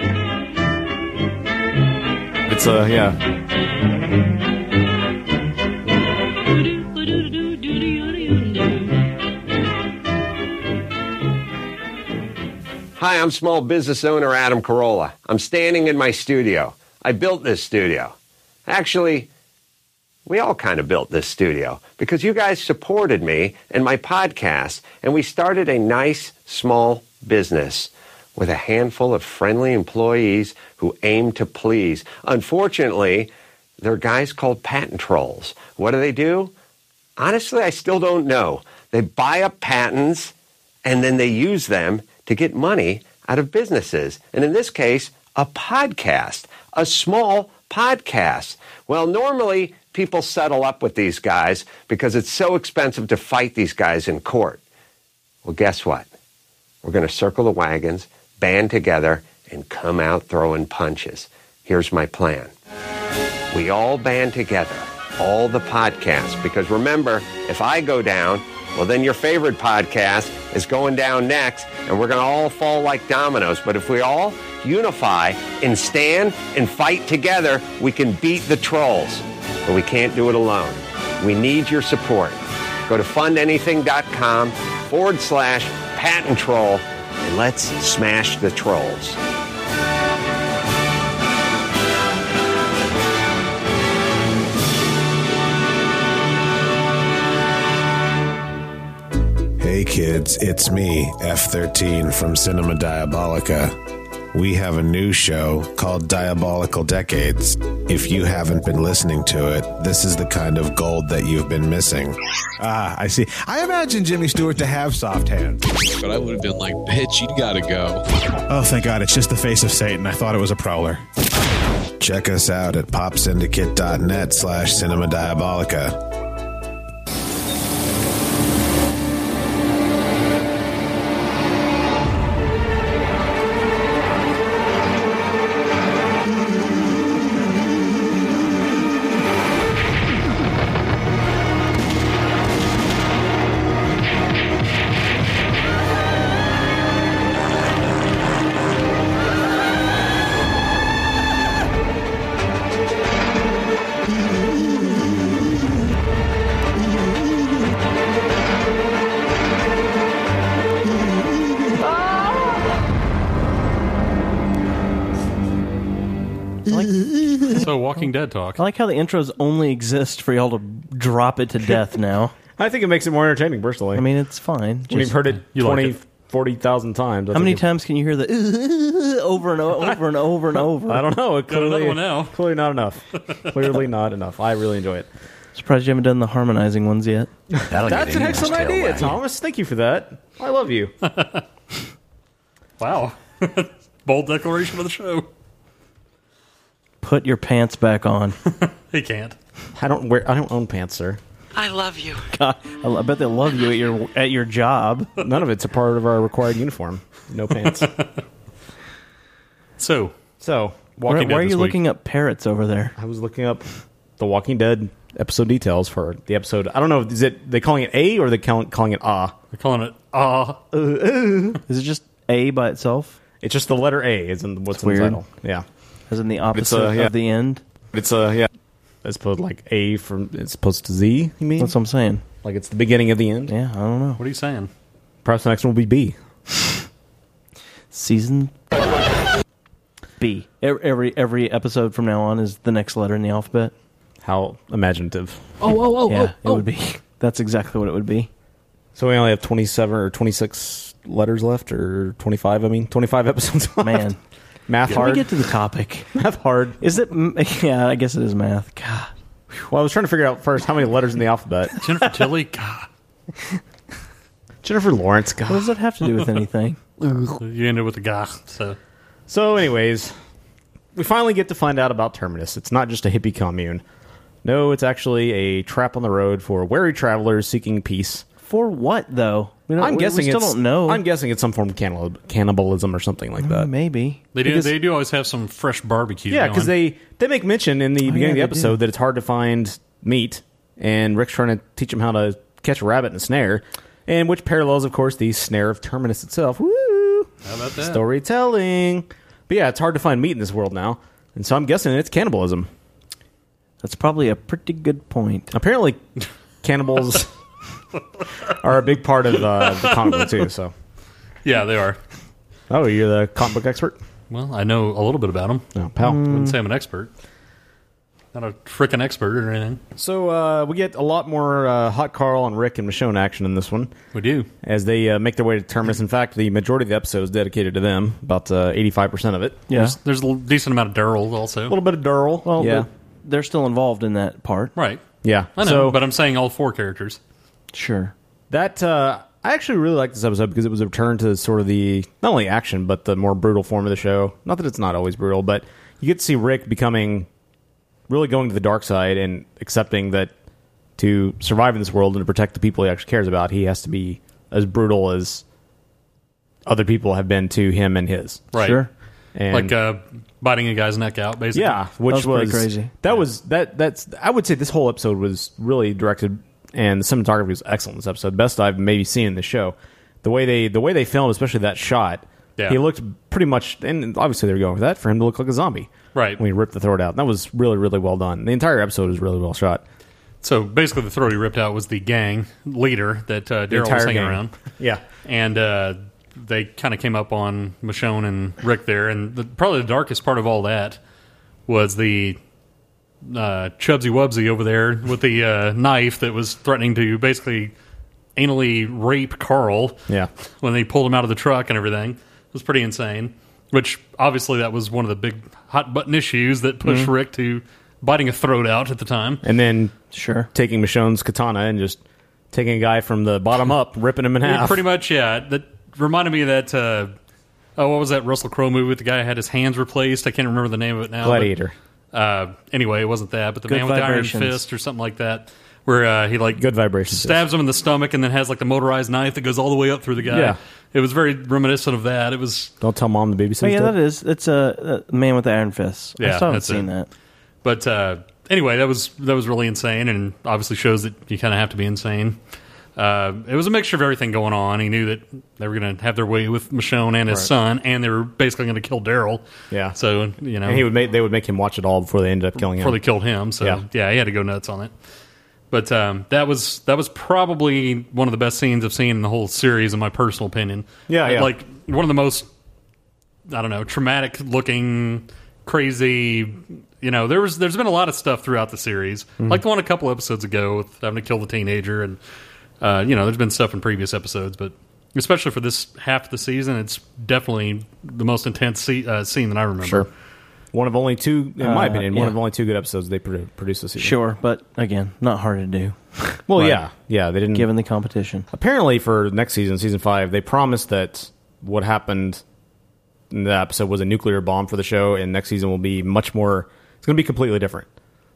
Speaker 5: It's uh yeah.
Speaker 14: Hi, I'm small business owner Adam Carolla. I'm standing in my studio. I built this studio. Actually, we all kind of built this studio because you guys supported me and my podcast, and we started a nice small business with a handful of friendly employees who aim to please. Unfortunately, they're guys called patent trolls. What do they do? Honestly, I still don't know. They buy up patents and then they use them to get money out of businesses. And in this case, a podcast, a small podcast. Well, normally people settle up with these guys because it's so expensive to fight these guys in court. Well, guess what? We're going to circle the wagons, band together, and come out throwing punches. Here's my plan we all band together, all the podcasts, because remember, if I go down, well, then your favorite podcast is going down next, and we're going to all fall like dominoes. But if we all unify and stand and fight together, we can beat the trolls. But we can't do it alone. We need your support. Go to fundanything.com forward slash patent troll and let's smash the trolls.
Speaker 6: Hey kids, it's me, F13 from Cinema Diabolica. We have a new show called Diabolical Decades. If you haven't been listening to it, this is the kind of gold that you've been missing.
Speaker 15: Ah, I see. I imagine Jimmy Stewart to have soft hands.
Speaker 16: But I would have been like, bitch, you gotta go.
Speaker 15: Oh, thank God, it's just the face of Satan. I thought it was a prowler.
Speaker 6: Check us out at popsyndicate.net slash cinema diabolica.
Speaker 4: so Walking Dead talk.
Speaker 3: I like how the intros only exist for y'all to drop it to death now.
Speaker 5: I think it makes it more entertaining, personally.
Speaker 3: I mean, it's fine.
Speaker 5: When you've heard it
Speaker 3: You like
Speaker 5: 20,
Speaker 3: it.
Speaker 5: 40,000 times. I
Speaker 3: How many
Speaker 5: think it-
Speaker 3: times can you hear the over and o- over and over and over?
Speaker 5: I don't know.
Speaker 3: Got another
Speaker 5: Clearly,
Speaker 3: one now.
Speaker 5: clearly not enough. clearly not enough. I really enjoy it.
Speaker 3: Surprised you haven't done the harmonizing ones yet.
Speaker 5: That's an excellent idea, Thomas. Thank you for that. I love you.
Speaker 4: wow. Bold declaration for the show.
Speaker 3: Put your pants back on.
Speaker 4: He can't.
Speaker 5: I don't wear. I don't own pants, sir.
Speaker 9: I love you.
Speaker 3: God, I lo- I bet they love you at your at your job.
Speaker 5: None of it's a part of our required uniform. No pants.
Speaker 4: so,
Speaker 5: so
Speaker 3: Where, where are you looking up parrots over there?
Speaker 5: I was looking up the Walking Dead episode details for the episode. I don't know. Is it they calling it A or they calling calling it Ah?
Speaker 4: They're calling it Ah.
Speaker 3: Is it just A by itself?
Speaker 5: It's just the letter A. Is in what's
Speaker 3: It's
Speaker 5: in the
Speaker 3: weird.
Speaker 5: title. Yeah,
Speaker 3: as in the opposite of the end.
Speaker 5: It's a yeah. It's supposed like A from it's supposed to Z. You mean
Speaker 3: That's what I'm saying.
Speaker 5: Like it's the beginning of the end.
Speaker 3: Yeah, I don't know.
Speaker 4: What are you saying?
Speaker 5: Perhaps the next one will be B.
Speaker 3: Season B. Every, E-, every every episode from now on is the next letter in the alphabet.
Speaker 5: How imaginative.
Speaker 3: Oh, oh, oh, yeah,
Speaker 5: oh,
Speaker 3: it would be. That's exactly what it would be.
Speaker 5: So we only have twenty seven or twenty six letters left, or twenty five. I mean, twenty five episodes. Left.
Speaker 3: Man,
Speaker 5: math
Speaker 3: Can
Speaker 5: hard.
Speaker 3: we get to the topic?
Speaker 5: math hard.
Speaker 3: Is it? m- Yeah, I guess it is math. God.
Speaker 5: Well, I was trying to figure out first how many letters in the alphabet.
Speaker 4: Jennifer Tilly. God.
Speaker 5: Jennifer Lawrence. God.
Speaker 3: What does that have to do with anything?
Speaker 4: you ended with a gah. So
Speaker 5: So, anyways, we finally get to find out about Terminus. It's not just a hippie commune. No, it's actually a trap on the road for wary travelers seeking peace.
Speaker 3: For what though? We don't-
Speaker 5: I'm
Speaker 3: we- we
Speaker 5: guessing
Speaker 3: still
Speaker 5: it's-
Speaker 3: don't know.
Speaker 5: I'm guessing it's some form of cannibal- cannibalism or something like that.
Speaker 3: uh, Maybe
Speaker 4: they do.
Speaker 5: Because-
Speaker 4: they do always have some fresh barbecue.
Speaker 5: yeah,
Speaker 4: because
Speaker 5: because they they make mention in the beginning
Speaker 4: yeah,
Speaker 5: of the
Speaker 4: they
Speaker 5: episode
Speaker 4: do.
Speaker 5: that it's hard to find meat, and Rick's trying to teach him how to catch a rabbit in a snare, and which parallels, of course, the snare of Terminus itself. Woo!
Speaker 4: How about that?
Speaker 5: Storytelling. But yeah, it's hard to find meat in this world now, and so I'm guessing it's cannibalism.
Speaker 3: That's probably a pretty good point.
Speaker 5: Apparently, cannibals are a big part of uh, the comic book too. So,
Speaker 4: Yeah, they are.
Speaker 5: oh, you're the comic book expert. Mm.
Speaker 4: Well, I know a little bit about them.
Speaker 3: Mm.
Speaker 5: pal.
Speaker 4: wouldn't say I'm an expert. Not a freaking expert or anything.
Speaker 5: So uh, we get a lot more uh, Hot Carl and Rick and Michonne action in this one.
Speaker 4: We do.
Speaker 5: As they uh, make their way to Terminus. In fact, the majority of the episode is dedicated to them, about uh, 85% of it.
Speaker 4: There's, there's a l- decent amount of Daryl also.
Speaker 5: A little bit of Daryl. Well, yeah.
Speaker 4: they're-
Speaker 5: They're still involved in that part.
Speaker 4: Right.
Speaker 5: Yeah.
Speaker 4: I know,
Speaker 5: So-
Speaker 4: but I'm saying all four characters.
Speaker 5: Sure. That uh, I actually really liked this episode because it was a return to sort of the not only action but the more brutal form of the show. Not that it's not always brutal, but you get to see Rick becoming really going to the dark side and accepting that to survive in this world and to protect the people he actually cares about, he has to be as brutal as other people have been to him and his.
Speaker 4: Right.
Speaker 5: And
Speaker 4: like uh, biting a guy's neck out, basically.
Speaker 5: yeah, which was, That was that. That's I would say this whole episode was really directed, and the cinematography was excellent. in This episode, best I've maybe seen in the show. The way they the way they filmed, especially that shot,
Speaker 4: Yeah.
Speaker 5: he looked pretty much. And obviously, they were going for that for him to look like a zombie,
Speaker 4: Right.
Speaker 5: When he ripped the throat out, that was really really well done. The entire episode was really well shot.
Speaker 4: So basically, the throat he ripped out was the gang leader that uh,
Speaker 5: The
Speaker 4: Daryl was
Speaker 5: entire
Speaker 4: hanging
Speaker 5: gang.
Speaker 4: around.
Speaker 5: Yeah.
Speaker 4: And uh, they kind of came up on Michonne and Rick there. And the, probably the darkest part of all that was the uh, Chubsy Wubsy over there with the uh, knife that was threatening to basically anally rape Carl.
Speaker 5: Yeah.
Speaker 4: when they pulled him out of the truck and everything. It was pretty insane. Which obviously that was one of the big hot button issues that pushed
Speaker 5: Mhm.
Speaker 4: Rick to biting a throat out at the time.
Speaker 5: And then sure taking Michonne's katana and just taking a guy from the bottom up, ripping him in
Speaker 4: Yeah,
Speaker 5: half.
Speaker 4: pretty much, yeah. That reminded me of that. Uh, oh, what was that Russell Crowe movie with the guy who had his hands replaced? I can't remember the name of it now. but-
Speaker 5: Gladiator.
Speaker 4: uh, anyway, it wasn't that, but the
Speaker 5: Good
Speaker 4: man with the iron
Speaker 5: vibrations.
Speaker 4: fist or something like that, where uh, he like
Speaker 5: good vibrations
Speaker 4: stabs him in the stomach and then has like the motorized knife that goes all the way up through the guy.
Speaker 5: Yeah.
Speaker 4: It was very reminiscent of that. It was
Speaker 5: Don't tell mom the babysitter.
Speaker 3: Oh, yeah, that is. It's a, a man with the iron fists. I
Speaker 4: Yeah,
Speaker 3: still haven't
Speaker 4: that's
Speaker 3: seen
Speaker 4: it.
Speaker 3: that.
Speaker 4: But uh, anyway, that was that was really insane, and obviously shows that you kind of have to be insane. Uh, it was a mixture of everything going on. He knew that they were going to have their way with Michonne and his
Speaker 5: Right.
Speaker 4: son, and they were basically going to kill Daryl.
Speaker 5: Yeah.
Speaker 4: So you know,
Speaker 5: and he would make they would make him watch it all before they ended up killing him.
Speaker 4: before they killed him. So
Speaker 5: Yeah.
Speaker 4: yeah. he had to go nuts on it. But um, that was that was probably one of the best scenes I've seen in the whole series, in my personal opinion.
Speaker 5: Yeah, yeah.
Speaker 4: like one of the most I don't know traumatic looking, crazy. You know, there was there's been a lot of stuff throughout the series,
Speaker 5: Mhm.
Speaker 4: like the one a couple episodes ago with having to kill the teenager, and uh, you know, there's been stuff in previous episodes, but especially for this half of the season, it's definitely the most intense se- uh, scene that I remember.
Speaker 5: Sure. One of only two, in my
Speaker 4: Uh,
Speaker 5: opinion,
Speaker 4: yeah.
Speaker 5: one of only two good episodes they produ- produced this season.
Speaker 3: Sure, but again, not hard to do.
Speaker 5: Well,
Speaker 3: Right.
Speaker 5: yeah, yeah, they didn't.
Speaker 3: Given the competition,
Speaker 5: apparently for next season, season five, they promised that what happened in the episode was a nuclear bomb for the show, and next season will be much more. It's going to be completely different.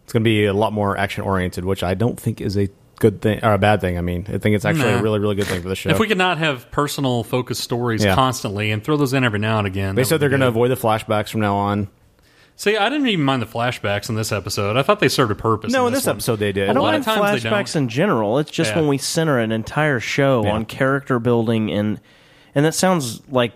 Speaker 5: It's going to be a lot more action oriented, which I don't think is a good thing or a bad thing. I mean, I think it's actually
Speaker 4: Nah.
Speaker 5: a really, really good thing for the show.
Speaker 4: If we could not have personal focused stories
Speaker 5: Yeah.
Speaker 4: constantly and throw those in every now and again,
Speaker 5: they
Speaker 4: that
Speaker 5: said
Speaker 4: would
Speaker 5: they're
Speaker 4: be
Speaker 5: going to avoid
Speaker 4: good.
Speaker 5: the flashbacks from now on.
Speaker 4: See, I didn't even mind the flashbacks in this episode. I thought they served a purpose.
Speaker 5: No,
Speaker 4: in this, one.
Speaker 5: episode they did.
Speaker 4: A
Speaker 3: I don't
Speaker 4: lot
Speaker 3: mind
Speaker 4: of times they
Speaker 3: flashbacks
Speaker 4: don't.
Speaker 3: in general. It's just
Speaker 4: Yeah.
Speaker 3: when we center an entire show on character building and and that sounds like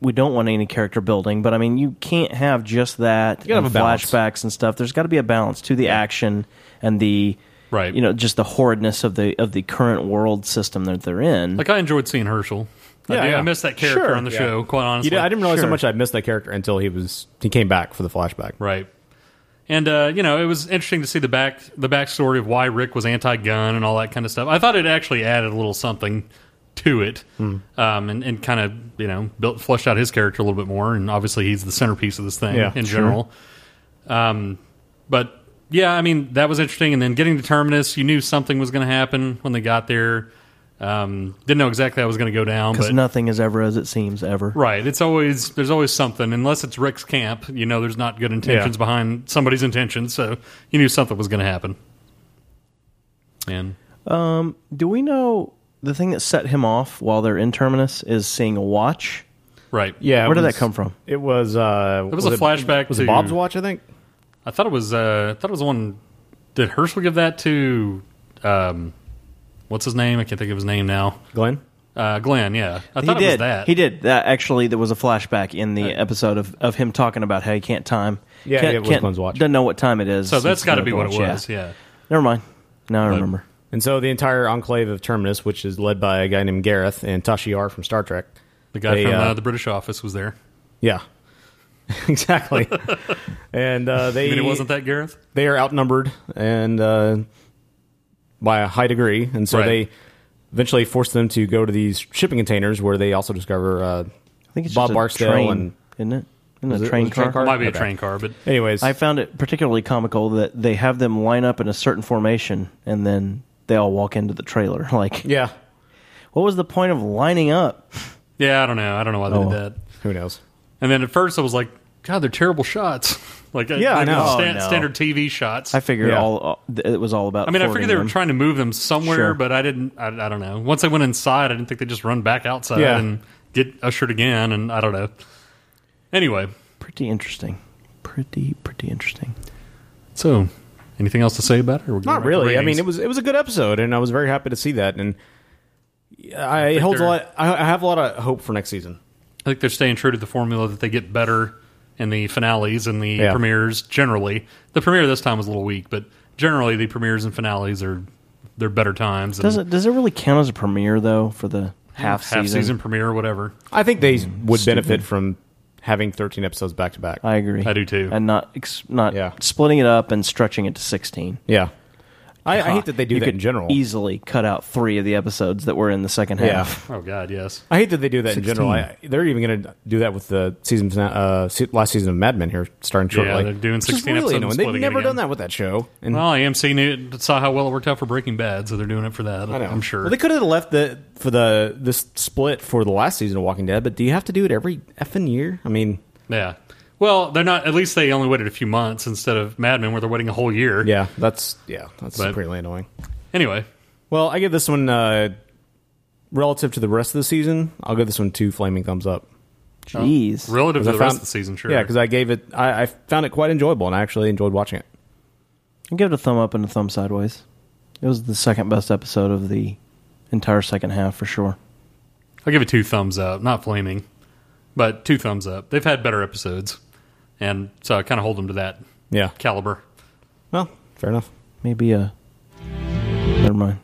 Speaker 3: we don't want any character building, but I mean you can't have just that
Speaker 5: You gotta
Speaker 3: and
Speaker 5: have a balance.
Speaker 3: flashbacks and stuff. There's got to be a balance to the action and the
Speaker 4: right.
Speaker 3: You know, just the horridness of the of the current world system that they're in.
Speaker 4: Like I enjoyed seeing Herschel. I, do. I missed that character on the
Speaker 5: Yeah.
Speaker 4: show. Quite
Speaker 5: You
Speaker 4: honestly,
Speaker 5: know, I didn't realize how much I missed that character until he was he came back for the flashback.
Speaker 4: Right. And uh, you know, it was interesting to see the back the backstory of why Rick was anti-gun and all that kind of stuff. I thought it actually added a little something to it,
Speaker 5: Hmm.
Speaker 4: um, and, and kind of you know built fleshed out his character a little bit more. And obviously, he's the centerpiece of this thing
Speaker 5: Yeah,
Speaker 4: in
Speaker 5: sure.
Speaker 4: general. Um, but yeah, I mean that was interesting. And then getting to Terminus, you knew something was going to happen when they got there. Um, didn't know exactly how it was going to go down,
Speaker 3: because
Speaker 4: but
Speaker 3: nothing is ever as it seems ever.
Speaker 4: Right. It's always there's always something unless it's Rick's camp. You know, there's not good intentions
Speaker 3: Yeah.
Speaker 4: behind somebody's intentions, so you knew something was going to happen. And
Speaker 3: Um, do we know the thing that set him off while they're in terminus is seeing a watch?
Speaker 4: right,
Speaker 5: Yeah. it
Speaker 3: Where did
Speaker 5: was-
Speaker 3: that come from?
Speaker 5: It was. Uh,
Speaker 4: That was, a flashback.
Speaker 5: Was
Speaker 4: to,
Speaker 5: it Bob's watch? I think.
Speaker 4: I thought it was. Uh, I thought it was one. Did Herschel give that to? Um, what's his name? I can't think of his name now.
Speaker 5: Glenn.
Speaker 4: Uh, Glenn. Yeah, I thought
Speaker 3: he
Speaker 4: it
Speaker 3: did.
Speaker 4: was that.
Speaker 3: He did. That actually, there was a flashback in the episode of, of him talking about how he can't time.
Speaker 4: Yeah,
Speaker 3: can't,
Speaker 4: yeah, it was
Speaker 3: can't-
Speaker 4: Glenn's watch.
Speaker 3: Doesn't know what time it is.
Speaker 4: So that's
Speaker 3: It's
Speaker 4: got to
Speaker 3: not
Speaker 4: be
Speaker 3: a
Speaker 4: what it
Speaker 3: watch,
Speaker 4: was. yeah.
Speaker 3: Never mind. Now I remember.
Speaker 5: And so the entire enclave of Terminus, which is led by a guy named Gareth and Tashi R from Star Trek,
Speaker 4: The guy
Speaker 5: they,
Speaker 4: from
Speaker 5: uh,
Speaker 4: uh, the British office was there.
Speaker 5: yeah, exactly. and uh, they
Speaker 4: You mean it wasn't that, Gareth?
Speaker 5: They are outnumbered and uh, by a high degree, and so
Speaker 4: Right.
Speaker 5: they eventually force them to go to these shipping containers where they also discover uh, I
Speaker 3: think it's
Speaker 5: Bob
Speaker 3: just a
Speaker 5: Barksdale
Speaker 3: train,
Speaker 5: and
Speaker 3: isn't it? Isn't it
Speaker 5: Was
Speaker 3: a
Speaker 5: it-
Speaker 3: train
Speaker 5: was it a
Speaker 3: car?
Speaker 5: train car? Might be a Okay. train car, but- Anyways.
Speaker 3: I found it particularly comical that they have them line up in a certain formation and then they all walk into the trailer. Like,
Speaker 5: yeah,
Speaker 3: what was the point of lining up?
Speaker 4: Yeah, I don't know. I don't know why they
Speaker 3: Oh,
Speaker 4: did that.
Speaker 5: Who knows?
Speaker 4: And then at first I was like, God, they're terrible shots. like,
Speaker 3: Yeah, I
Speaker 4: like
Speaker 3: know.
Speaker 4: stan-
Speaker 3: Oh, no.
Speaker 4: standard TV shots.
Speaker 3: I figured
Speaker 4: Yeah.
Speaker 3: all, all it was all about.
Speaker 4: I mean, I figured
Speaker 3: figured
Speaker 4: they were trying to move them somewhere,
Speaker 3: Sure.
Speaker 4: but I didn't. I, I don't know. Once they went inside, I didn't think they just run back outside
Speaker 3: Yeah.
Speaker 4: and get ushered again. And I don't know. Anyway,
Speaker 3: pretty interesting. Pretty pretty interesting.
Speaker 4: So, anything else to say about it? Or we're going
Speaker 5: Not
Speaker 4: back to
Speaker 5: really. I
Speaker 4: ratings?
Speaker 5: mean, it was it was a good episode, and I was very happy to see that. And I, it
Speaker 4: think
Speaker 5: holds a
Speaker 4: they're-
Speaker 5: lot. I, I have a lot of hope for next season.
Speaker 4: I think they're staying true to the formula that they get better in the finales and the
Speaker 5: Yeah.
Speaker 4: premieres generally. The premiere this time was a little weak, but generally the premieres and finales are they're better times. and
Speaker 3: Does it does it really count as a premiere though for the half season?
Speaker 4: premiere or whatever.
Speaker 5: I think they would
Speaker 3: Stupid.
Speaker 5: benefit from having 13 episodes back to back.
Speaker 3: I agree.
Speaker 4: I do too.
Speaker 3: And not ex- not splitting it up and stretching it to sixteen.
Speaker 5: Yeah. I, I
Speaker 3: God,
Speaker 5: hate that they do
Speaker 3: you
Speaker 5: that
Speaker 3: could
Speaker 5: in general.
Speaker 3: Easily cut out three of the episodes that were in the second
Speaker 5: Yeah.
Speaker 3: half.
Speaker 4: Oh God, yes.
Speaker 5: I hate that they do that in general.
Speaker 4: 16.
Speaker 5: I, they're even going to do that with the season fina- uh, se- last season of Mad Men here starting shortly.
Speaker 4: Yeah, they're doing
Speaker 5: Which is
Speaker 4: 16
Speaker 5: really
Speaker 4: episodes and
Speaker 5: annoying.
Speaker 4: splitting
Speaker 5: They've
Speaker 4: it
Speaker 5: never
Speaker 4: again.
Speaker 5: done that with that show. And
Speaker 4: well, AMC knew saw how well it worked out for Breaking Bad, so they're doing it for that. I am sure.
Speaker 5: Well, they could have left the for the this split for the last season of Walking Dead, but do you have to do it every effing year? I mean,
Speaker 4: yeah. Well, they're not. At least they only waited a few months instead of Mad Men, where they're waiting a whole year.
Speaker 5: yeah, that's yeah, that's
Speaker 4: But-
Speaker 5: pretty annoying.
Speaker 4: Anyway,
Speaker 5: Well, I give this one uh, relative to the rest of the season. I'll give this one two flaming thumbs up.
Speaker 4: Jeez. relative
Speaker 5: 'Cause
Speaker 4: to
Speaker 5: I
Speaker 4: the rest of the season, sure.
Speaker 5: Yeah, because I gave it. I, I found it quite enjoyable, and I actually enjoyed watching it.
Speaker 3: I'll give it a thumb up and a thumb sideways. It was the second best episode of the entire second half for sure.
Speaker 4: I'll give it two thumbs up. Not flaming, but two thumbs up. They've had better episodes, and so I kind of hold them to that.
Speaker 5: Yeah.
Speaker 4: caliber.
Speaker 5: Well, fair enough.
Speaker 3: Maybe a. Never mind.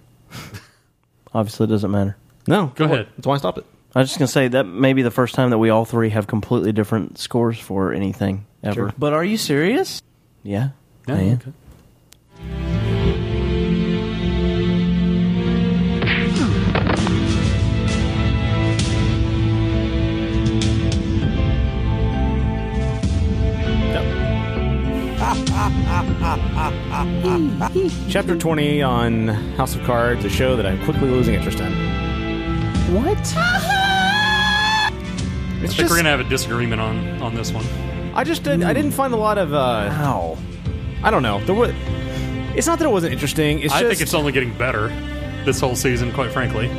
Speaker 3: Obviously, it doesn't matter.
Speaker 5: No,
Speaker 4: Go ahead.
Speaker 5: That's why I stopped it.
Speaker 3: I was just gonna say that may be the first time that we all three have completely different scores for anything ever.
Speaker 5: Sure.
Speaker 3: But are you serious? Yeah.
Speaker 4: Yeah,
Speaker 3: I am.
Speaker 5: Chapter 20 on House of Cards, a show that I'm quickly losing interest in.
Speaker 3: What?
Speaker 4: I think
Speaker 5: just-
Speaker 4: we're gonna have a disagreement on on this one.
Speaker 5: I just didn't, I didn't find a lot of. Uh,
Speaker 3: How?
Speaker 5: I don't know. There were, it's not that it wasn't interesting. It's
Speaker 4: I
Speaker 5: just,
Speaker 4: think it's only getting better this whole season, quite frankly.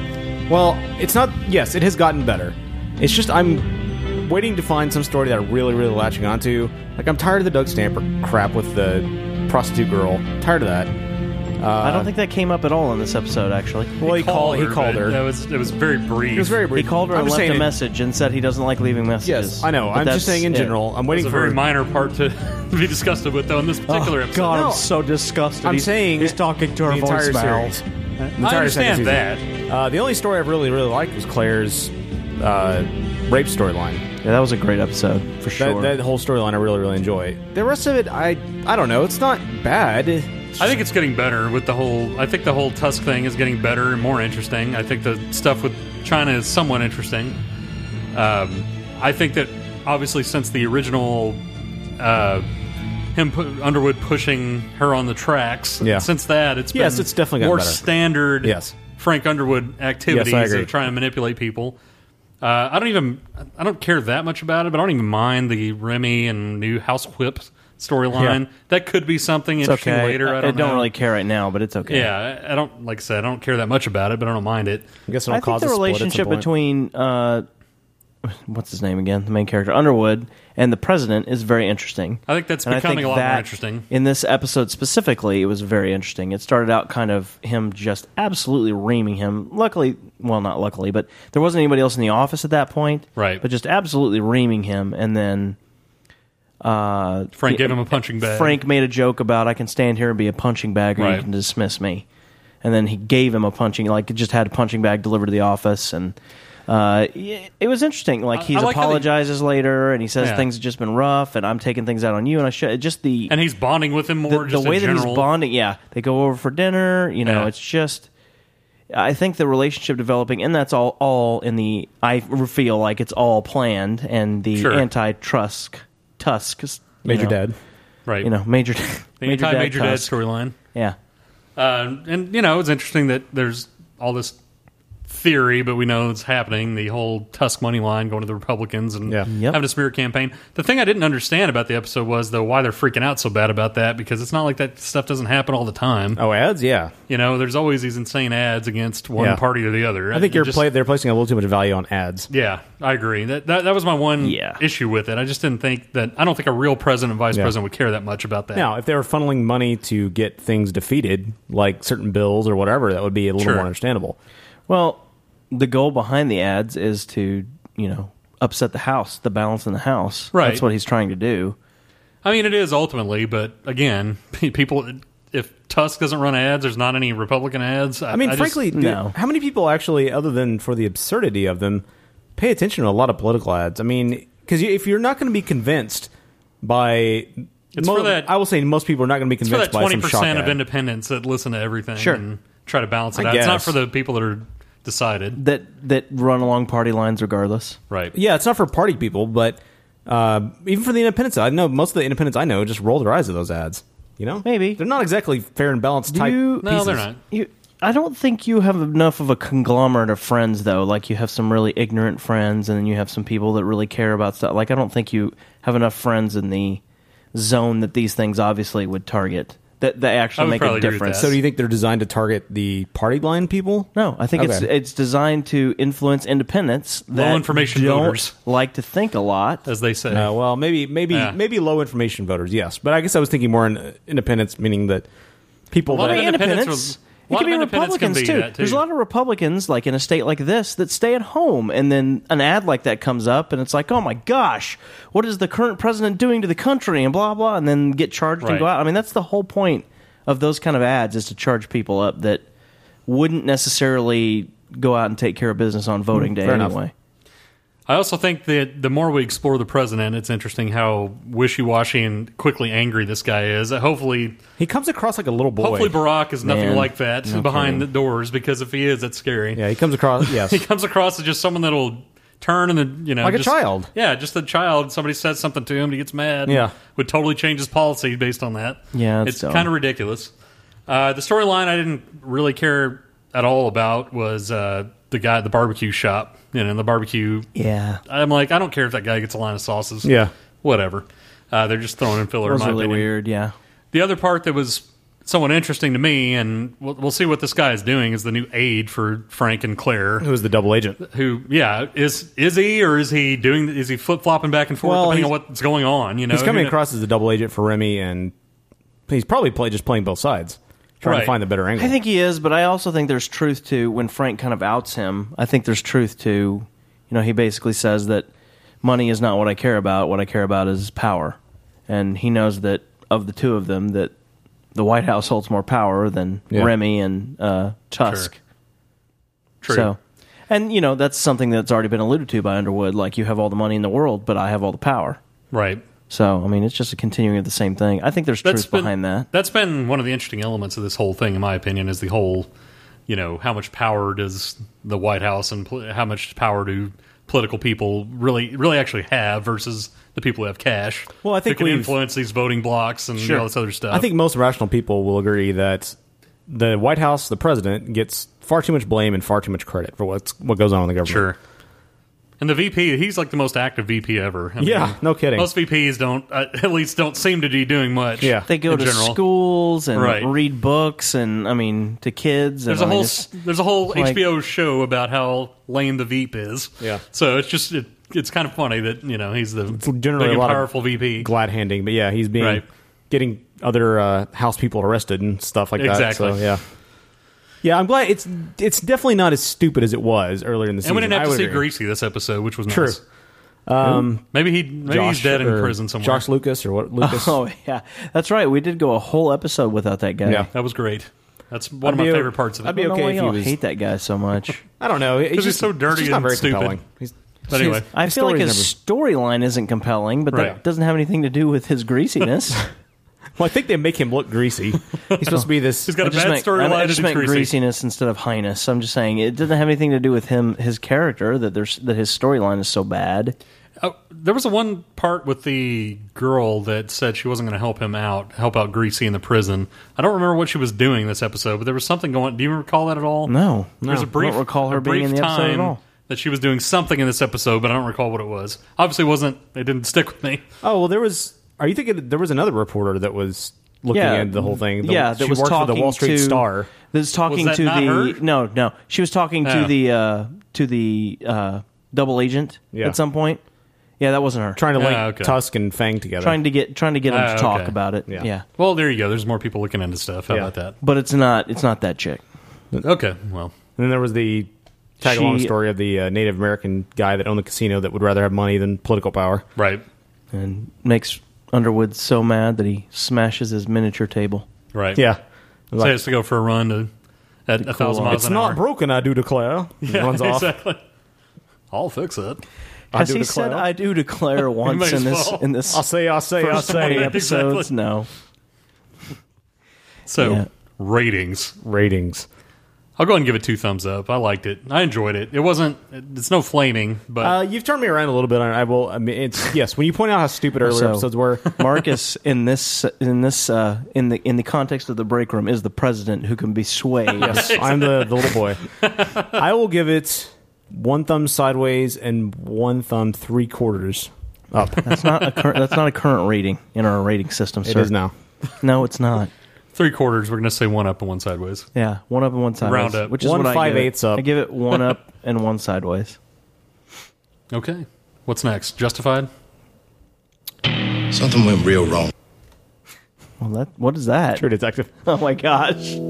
Speaker 5: Well, it's not. Yes, it has gotten better. It's just I'm waiting to find some story that I'm really, really latching onto. Like I'm tired of the Doug Stamper crap with the prostitute girl. Tired of that. Uh,
Speaker 3: I don't think that came up at all in this episode, actually.
Speaker 5: Well, he called. He called her.
Speaker 4: That was it was very brief.
Speaker 5: It was very brief.
Speaker 3: He called her
Speaker 5: I'm
Speaker 3: and
Speaker 5: just
Speaker 3: left
Speaker 5: saying
Speaker 3: a
Speaker 5: it-
Speaker 3: message and said he doesn't like leaving messages.
Speaker 5: Yes, I know.
Speaker 3: But
Speaker 5: I'm
Speaker 3: that's
Speaker 5: just saying in
Speaker 3: it.
Speaker 5: general. I'm waiting
Speaker 4: It's a
Speaker 5: for
Speaker 4: very minor part to be discussed with, though, in
Speaker 5: Oh,
Speaker 4: this particular episode.
Speaker 3: God, I'm so disgusted.
Speaker 5: I'm
Speaker 3: he's,
Speaker 5: saying
Speaker 3: he's talking to her
Speaker 5: the entire
Speaker 3: voicemail. Uh,
Speaker 5: series.
Speaker 4: I
Speaker 5: The entire second
Speaker 4: understand
Speaker 5: season. Uh, the only story I've really, really liked was Claire's uh, rape storyline.
Speaker 3: Yeah, that was a great episode for sure.
Speaker 5: That, that whole storyline I really, really enjoy. The rest of it, I, I don't know. It's not bad.
Speaker 4: I think it's getting better with the whole. I think the whole Tusk thing is getting better and more interesting. I think the stuff with China is somewhat interesting. Um, I think that obviously since the original uh, him pu- Underwood pushing her on the tracks,
Speaker 5: Yeah.
Speaker 4: since that it's
Speaker 5: Yes,
Speaker 4: been
Speaker 5: it's definitely gotten
Speaker 4: more
Speaker 5: better.
Speaker 4: standard.
Speaker 5: Yes.
Speaker 4: Frank Underwood activities
Speaker 5: Yes, I agree.
Speaker 4: of trying to manipulate people. Uh, I don't even I don't care that much about it, but I don't even mind the Remy and new House Whip storyline.
Speaker 3: Yeah.
Speaker 4: That could be something
Speaker 3: it's
Speaker 4: interesting
Speaker 3: okay.
Speaker 4: later. I don't, know.
Speaker 3: really care right now, but it's okay.
Speaker 4: Yeah, I- I don't like I said I don't care that much about it, but I don't mind it.
Speaker 5: I guess
Speaker 3: I think the relationship between uh, what's his name again, the main character Underwood, and the president is very interesting.
Speaker 4: I think that's
Speaker 3: And
Speaker 4: becoming a lot more
Speaker 3: that,
Speaker 4: interesting.
Speaker 3: In this episode specifically, it was very interesting. It started out kind of him just absolutely reaming him. Luckily, well, not luckily, but there wasn't anybody else in the office at that point,
Speaker 4: Right.
Speaker 3: But just absolutely reaming him, and then. Uh,
Speaker 4: Frank
Speaker 3: yeah,
Speaker 4: gave him a punching bag.
Speaker 3: Frank made a joke about I can stand here and be a punching bag, or
Speaker 4: Right.
Speaker 3: you can dismiss me. And then he gave him a punching, like just had a punching bag delivered to the office, and Uh, y- it was interesting. Like
Speaker 4: I-
Speaker 3: he
Speaker 4: I like how they-
Speaker 3: apologizes later, and he says
Speaker 4: Yeah.
Speaker 3: things have just been rough, and I'm taking things out on you, and I should just the
Speaker 4: and he's bonding with him more.
Speaker 3: the,
Speaker 4: just
Speaker 3: the way
Speaker 4: in
Speaker 3: that
Speaker 4: general.
Speaker 3: he's bonding. Yeah, they go over for dinner. You know,
Speaker 4: Yeah.
Speaker 3: it's just. I think the relationship developing, and that's all all in the. I feel like it's all planned, and the
Speaker 4: Sure.
Speaker 3: anti-Trusk Tusk you
Speaker 4: Major
Speaker 3: know.
Speaker 4: Dad. Right.
Speaker 3: You know, major
Speaker 4: The anti Major Dad
Speaker 3: Tusk.
Speaker 4: storyline.
Speaker 3: Yeah.
Speaker 4: Uh, and, you know, it's interesting that there's all this theory, but we know it's happening the whole Tusk money line going to the Republicans and having a smear campaign. The thing I didn't understand about the episode was, though, why they're freaking out so bad about that because it's not like that stuff doesn't happen all the time.
Speaker 5: Oh, ads? Yeah.
Speaker 4: You know, there's always these insane ads against one
Speaker 5: Yeah.
Speaker 4: party or the other.
Speaker 5: I think
Speaker 4: It
Speaker 5: you're
Speaker 4: just-
Speaker 5: play, they're placing a little too much value on ads.
Speaker 4: Yeah, I agree. That that, that was my one issue with it. I just didn't think that I don't think a real president and vice
Speaker 5: Yeah.
Speaker 4: president would care that much about that.
Speaker 5: Now, if they were funneling money to get things defeated, like certain bills or whatever, that would be a little
Speaker 4: Sure.
Speaker 5: more understandable.
Speaker 3: Well, the goal behind the ads is to you know upset the house, the balance in the house.
Speaker 4: Right.
Speaker 3: That's what he's trying to do.
Speaker 4: I mean, it is ultimately, but again, pe- people. If Tusk doesn't run ads, there's not any Republican ads. I,
Speaker 5: I mean,
Speaker 4: I just-
Speaker 5: frankly, dude, how many people actually, other than for the absurdity of them, pay attention to a lot of political ads? I mean, because you, if you're not going to be convinced by,
Speaker 4: It's for that-
Speaker 5: I will say most people are not going to be
Speaker 4: it's for
Speaker 5: convinced
Speaker 4: that
Speaker 5: by
Speaker 4: twenty
Speaker 5: some shock
Speaker 4: percent of
Speaker 5: ad.
Speaker 4: independents that listen to everything
Speaker 5: Sure.
Speaker 4: and try to balance it
Speaker 5: I
Speaker 4: out. It's not
Speaker 5: guess.
Speaker 4: for the people that are decided.
Speaker 3: That that run along party lines regardless.
Speaker 4: Right.
Speaker 5: Yeah, it's not for party people, but uh, even for the independents, I know most of the independents I know just roll their eyes at those ads. You know, maybe they're not exactly fair and balanced
Speaker 3: Do
Speaker 5: type.
Speaker 3: you-
Speaker 4: No, they're
Speaker 5: pieces.
Speaker 4: not.
Speaker 3: You, I don't think you have enough of a conglomerate of friends though. Like you have some really ignorant friends, and then you have some people that really care about stuff. Like I don't think you have enough friends in the zone that these things obviously would target. That they actually make a difference.
Speaker 5: So, do you think they're designed to target the party line people?
Speaker 3: No, I think it's
Speaker 5: Okay.
Speaker 3: it's designed to influence independents that
Speaker 4: information
Speaker 3: don't
Speaker 4: voters.
Speaker 3: like to think a lot,
Speaker 4: as they say.
Speaker 5: Uh, well, maybe maybe
Speaker 4: Yeah.
Speaker 5: maybe low information voters, yes. But I guess I was thinking more in uh, independence, meaning that people
Speaker 3: A lot
Speaker 5: that
Speaker 3: of independents.
Speaker 4: are- a
Speaker 3: it
Speaker 4: lot
Speaker 3: could
Speaker 4: of
Speaker 3: be
Speaker 4: independents can
Speaker 3: Republicans
Speaker 4: be
Speaker 3: too.
Speaker 4: that, too.
Speaker 3: There's a lot of Republicans, like in a state like this, that stay at home, and then an ad like that comes up, and it's like, oh my gosh, what is the current president doing to the country, and blah blah, and then get charged and
Speaker 4: Right.
Speaker 3: go out. I mean, that's the whole point of those kind of ads is to charge people up that wouldn't necessarily go out and take care of business on voting day
Speaker 4: Fair enough.
Speaker 3: anyway.
Speaker 4: I also think that the more we explore the president, it's interesting how wishy-washy and quickly angry this guy is. Hopefully,
Speaker 5: he comes across like a little boy.
Speaker 4: Hopefully, Barack is nothing
Speaker 5: Man,
Speaker 4: like that
Speaker 5: no
Speaker 4: behind
Speaker 5: kidding.
Speaker 4: the doors because if he is, that's scary.
Speaker 5: Yeah, he comes across. Yes,
Speaker 4: he comes across as just someone that'll turn and then you know
Speaker 5: Like a
Speaker 4: just-
Speaker 5: child.
Speaker 4: Yeah, just a child. Somebody says something to him, he gets mad.
Speaker 5: Yeah.
Speaker 4: would totally change his policy based on that.
Speaker 3: Yeah, that's
Speaker 4: it's
Speaker 3: dumb.
Speaker 4: kind of ridiculous. Uh, the storyline I didn't really care at all about was uh, the guy at the barbecue shop. You know, the barbecue.
Speaker 3: Yeah.
Speaker 4: I'm like, I don't care if that guy gets a line of sauces.
Speaker 3: Yeah.
Speaker 4: whatever. Uh, they're just throwing in filler.
Speaker 3: It was
Speaker 4: in my
Speaker 3: really
Speaker 4: opinion.
Speaker 3: weird, yeah.
Speaker 4: The other part that was somewhat interesting to me, and we'll, we'll see what this guy is doing, is the new aide for Frank and Claire.
Speaker 5: Who is the double agent?
Speaker 4: Who, yeah, is is he or is he doing? Is he flip flopping back and forth
Speaker 5: Well,
Speaker 4: depending on
Speaker 5: he's-
Speaker 4: what's going on? You know,
Speaker 5: he's
Speaker 4: Who
Speaker 5: coming
Speaker 4: kn-
Speaker 5: across as a double agent for Remy, and he's probably play, just playing both sides, trying
Speaker 3: Right.
Speaker 5: to find the better angle.
Speaker 3: I think he is, but I also think there's truth to when Frank kind of outs him. I think there's truth to, you know, he basically says that money is not what I care about. What I care about is power, and he knows that of the two of them, that the White House holds more power than
Speaker 4: Yeah.
Speaker 3: Remy and uh, Tusk.
Speaker 4: True.
Speaker 3: So, and you know that's something that's already been alluded to by Underwood. Like you have all the money in the world, but I have all the power.
Speaker 4: Right.
Speaker 3: So I mean, it's just a continuing of the same thing. I think there's
Speaker 4: That's
Speaker 3: truth
Speaker 4: been-
Speaker 3: behind that.
Speaker 4: That's been one of the interesting elements of this whole thing, in my opinion, is the whole, you know, how much power does the White House and pol- how much power do political people really, really actually have versus the people who have cash?
Speaker 5: Well, I think
Speaker 4: who can
Speaker 5: we've-
Speaker 4: influence these voting blocks and all this other stuff.
Speaker 5: I think most rational people will agree that the White House, the president, gets far too much blame and far too much credit for what's what goes on in the government.
Speaker 4: Sure. And the VP, he's like the most active VP ever. I
Speaker 5: Yeah, no kidding.
Speaker 4: Most VPs don't, uh, at least, don't seem to be doing much.
Speaker 3: Yeah. They go
Speaker 4: in
Speaker 3: to
Speaker 4: general.
Speaker 3: schools and
Speaker 4: Right.
Speaker 3: read books and I mean to kids. And,
Speaker 4: There's a
Speaker 3: I mean,
Speaker 4: whole
Speaker 3: it's-
Speaker 4: s- there's a whole
Speaker 3: like-
Speaker 4: HBO show about how lame the Veep is.
Speaker 5: Yeah.
Speaker 4: So it's just it, it's kind of funny that you know he's the
Speaker 5: It's generally
Speaker 4: big
Speaker 5: a
Speaker 4: and
Speaker 5: lot
Speaker 4: powerful
Speaker 5: of
Speaker 4: VP.
Speaker 5: glad handing, but yeah, he's being
Speaker 4: Right.
Speaker 5: getting other uh, house people arrested and stuff like
Speaker 4: Exactly.
Speaker 5: that. So yeah, yeah, I'm glad it's it's definitely not as stupid as it was earlier in the
Speaker 4: And
Speaker 5: season.
Speaker 4: we didn't
Speaker 5: I
Speaker 4: have to
Speaker 5: would
Speaker 4: see
Speaker 5: agree.
Speaker 4: Greasy this episode, which was
Speaker 5: True.
Speaker 4: nice.
Speaker 5: Um,
Speaker 4: maybe he maybe
Speaker 5: Josh
Speaker 4: he's dead in
Speaker 5: or
Speaker 4: prison somewhere.
Speaker 5: Josh Lucas or what? Lucas.
Speaker 3: Oh yeah, that's right. We did go a whole episode without that guy.
Speaker 5: Yeah.
Speaker 4: that was great. That That's one of
Speaker 3: I'd
Speaker 4: my
Speaker 3: be o-
Speaker 4: favorite parts of it.
Speaker 3: I'd be okay if you hate that guy so much.
Speaker 5: I don't know.
Speaker 4: Because he's so dirty and stupid. He's- But anyway.
Speaker 3: I
Speaker 4: His
Speaker 3: feel like
Speaker 4: story's
Speaker 3: his storyline isn't compelling, but
Speaker 5: Right.
Speaker 3: that doesn't have anything to do with his greasiness.
Speaker 5: well, I think they make him look greasy. He's supposed to be this.
Speaker 3: I just meant- I, I just meant greasiness instead of highness. I'm just saying it doesn't have anything to do with him, his character that there's that his storyline is so bad.
Speaker 4: Oh, there was a one part with the girl that said she wasn't going to help him out, help out Greasy in the prison. I don't remember what she was doing this episode, but there was something going. Do you recall that at all?
Speaker 3: No.
Speaker 4: There was
Speaker 3: No.
Speaker 4: a brief.
Speaker 3: I don't recall her
Speaker 4: a brief
Speaker 3: being in the episode at
Speaker 4: time
Speaker 3: all.
Speaker 4: That she was doing something in this episode, but I don't recall what it was. Obviously, wasn't it didn't stick with me.
Speaker 5: Oh well, there was. Are you thinking there was another reporter that was looking
Speaker 4: Yeah.
Speaker 5: into the whole thing? The-
Speaker 3: yeah, that
Speaker 5: she
Speaker 3: was
Speaker 5: worked for
Speaker 3: talking
Speaker 5: the Wall Street
Speaker 3: to,
Speaker 5: Star.
Speaker 3: That's talking
Speaker 5: Was that
Speaker 3: to
Speaker 5: not
Speaker 3: the
Speaker 5: her?
Speaker 3: no, no. She was talking
Speaker 5: Yeah.
Speaker 3: to the uh, to the uh, double agent
Speaker 5: Yeah.
Speaker 3: at some point. Yeah, that wasn't her.
Speaker 5: Trying
Speaker 4: Oh,
Speaker 5: to link Tusk and Fang together.
Speaker 3: Trying to get trying to get him
Speaker 4: Ah,
Speaker 3: to talk
Speaker 4: okay.
Speaker 3: about it. Yeah.
Speaker 4: Well, there you go. There's more people looking into stuff. How
Speaker 3: Yeah.
Speaker 4: about that?
Speaker 3: but it's not it's not that chick.
Speaker 4: Okay. Well,
Speaker 5: And then there was the tag along
Speaker 3: She-
Speaker 5: story of the uh, Native American guy that owned the casino that would rather have money than political power.
Speaker 4: Right.
Speaker 3: And makes Underwood so mad that he smashes his miniature table.
Speaker 4: right.
Speaker 5: Yeah.
Speaker 4: So he has to go for a run to, at a thousand miles
Speaker 5: It's
Speaker 4: an
Speaker 5: not
Speaker 4: hour.
Speaker 5: broken, I do declare. He
Speaker 4: Yeah,
Speaker 5: runs off.
Speaker 4: exactly. I'll fix it.
Speaker 3: Has he said I do declare once
Speaker 4: might as
Speaker 3: in this
Speaker 4: well.
Speaker 3: in this
Speaker 5: I'll say, I'll say,
Speaker 3: first
Speaker 5: I'll say.
Speaker 3: 20 episodes?
Speaker 5: Exactly.
Speaker 3: No.
Speaker 4: So
Speaker 3: Yeah.
Speaker 4: ratings,
Speaker 5: ratings.
Speaker 4: I'll go ahead and give it two thumbs up. I liked it. I enjoyed it. It wasn't. It's no flaming, but
Speaker 5: Uh, you've turned me around a little bit. I will. I mean, it's yes. When you point out how stupid earlier
Speaker 3: So,
Speaker 5: episodes were,
Speaker 3: Marcus in this in this uh, in the in the context of the break room is the president who can be swayed.
Speaker 5: Yes, I'm the, the little boy. I will give it one thumb sideways and one thumb three quarters up.
Speaker 3: That's not a current. That's not a current rating in our rating system.
Speaker 5: It
Speaker 3: sir.
Speaker 5: is now.
Speaker 3: No, it's not.
Speaker 4: three quarters. We're going to say one up and one sideways.
Speaker 3: Yeah, one up and one sideways.
Speaker 4: Round up.
Speaker 3: which is
Speaker 4: One
Speaker 3: what I give it.
Speaker 4: five-eighths up.
Speaker 3: I give it one up and one sideways.
Speaker 4: Okay. What's next? Justified.
Speaker 12: Something went real wrong.
Speaker 3: Well, that what is that? True
Speaker 5: detective.
Speaker 3: Oh my gosh.
Speaker 17: All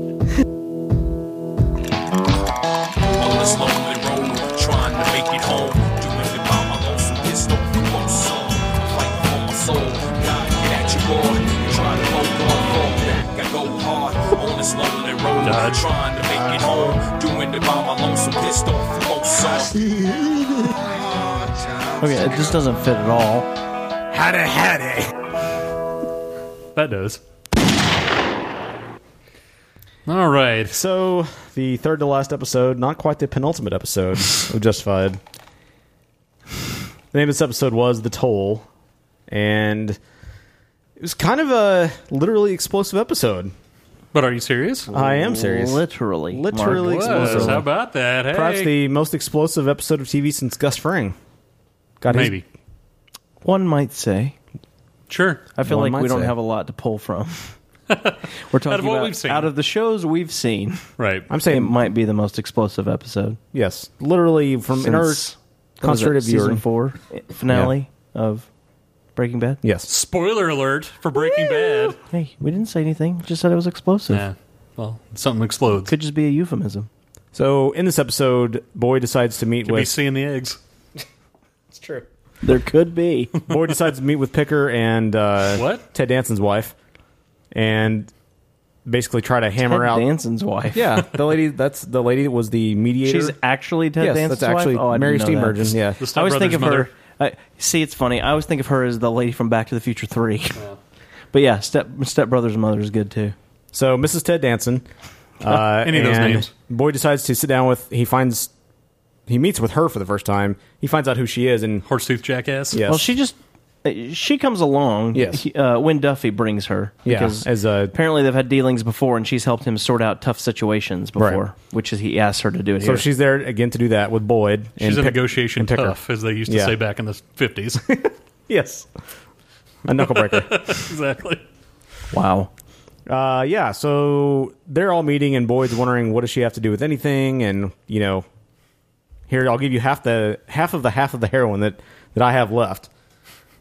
Speaker 17: this lonely road, trying to make it home. Doing it by my lonesome, it's no proof on song. Fighting for my soul, God get at you, boy. Trying to hold on, fall back, I go hard. On this lonely road,
Speaker 4: Dodge.
Speaker 17: trying to make it home. Doing it by my lonesome, pissed off, for song.
Speaker 3: Okay, it just doesn't fit at all.
Speaker 17: Howdy, howdy.
Speaker 4: That does. All right.
Speaker 5: So the third to last episode, not quite the penultimate episode of Justified. The name of this episode was The Toll, and it was kind of a literally explosive episode.
Speaker 4: But are you serious?
Speaker 5: I am serious.
Speaker 3: Literally.
Speaker 5: Literally
Speaker 4: Mark was.
Speaker 5: explosive.
Speaker 4: How about that? Hey.
Speaker 5: Perhaps the most explosive episode of TV since Gus Fring. Got his-
Speaker 4: Maybe.
Speaker 3: One might say.
Speaker 4: Sure.
Speaker 3: I feel
Speaker 5: One
Speaker 3: like we
Speaker 5: might
Speaker 3: don't
Speaker 5: say.
Speaker 3: have a lot to pull from. We're talking
Speaker 4: Out of what
Speaker 3: about
Speaker 4: we've seen.
Speaker 3: out of the shows we've seen.
Speaker 4: Right.
Speaker 5: I'm saying-
Speaker 3: it might be the most explosive episode.
Speaker 5: Yes, literally from in our
Speaker 3: Since- what was
Speaker 5: concentrated
Speaker 3: it, season
Speaker 5: viewer
Speaker 3: four finale of Breaking Bad.
Speaker 5: Yes,
Speaker 4: Spoiler alert for Breaking Bad.
Speaker 3: Hey, we didn't say anything. Just said it was explosive.
Speaker 4: Yeah. Well, something explodes.
Speaker 3: Could just be a euphemism.
Speaker 5: So in this episode, Boy decides to meet
Speaker 4: Could be
Speaker 5: with
Speaker 4: seeing the eggs.
Speaker 5: It's true.
Speaker 3: There could be.
Speaker 5: Boy decides to meet with Picker and uh,
Speaker 4: What?
Speaker 5: Ted Danson's wife, and basically try to hammer
Speaker 3: Ted
Speaker 5: out
Speaker 3: Danson's wife.
Speaker 5: Yeah, the lady. That's the lady that was the mediator.
Speaker 3: She's actually Ted
Speaker 5: yes,
Speaker 3: Danson's
Speaker 5: that's actually
Speaker 3: wife? Oh, I didn't
Speaker 5: Mary
Speaker 3: know that.
Speaker 5: Steenburgen. Yeah,
Speaker 3: I always think of her. I, see, it's funny. I always think of her as the lady from Back to the Future Three. but yeah, step step brother's mother is good too.
Speaker 5: So Mrs. Ted Danson. Uh,
Speaker 4: Any of those
Speaker 5: and
Speaker 4: names.
Speaker 5: Boy decides to sit down with. He finds. He meets with her for the first time. He finds out who she is, and
Speaker 4: horse tooth jackass.
Speaker 5: Yes.
Speaker 3: Well, she just uh, she comes along.
Speaker 5: Yes.
Speaker 3: he- uh, when Duffy brings her.
Speaker 5: Yeah,
Speaker 3: Because
Speaker 5: as a-
Speaker 3: apparently they've had dealings before, and she's helped him sort out tough situations before,
Speaker 5: Right.
Speaker 3: which is he asked her to do it.
Speaker 5: So
Speaker 3: here.
Speaker 5: she's there again to do that with Boyd. and
Speaker 4: She's a
Speaker 5: Pick-
Speaker 4: negotiation
Speaker 5: and Picker.
Speaker 4: tough, as they used to
Speaker 5: Yeah.
Speaker 4: say back in the 50s.
Speaker 5: Yes. A knucklebreaker.
Speaker 4: exactly.
Speaker 3: Wow.
Speaker 5: Uh, yeah, so they're all meeting, and Boyd's wondering what does she have to do with anything, and you know, here I'll give you half the half of the half of the heroin that that I have left,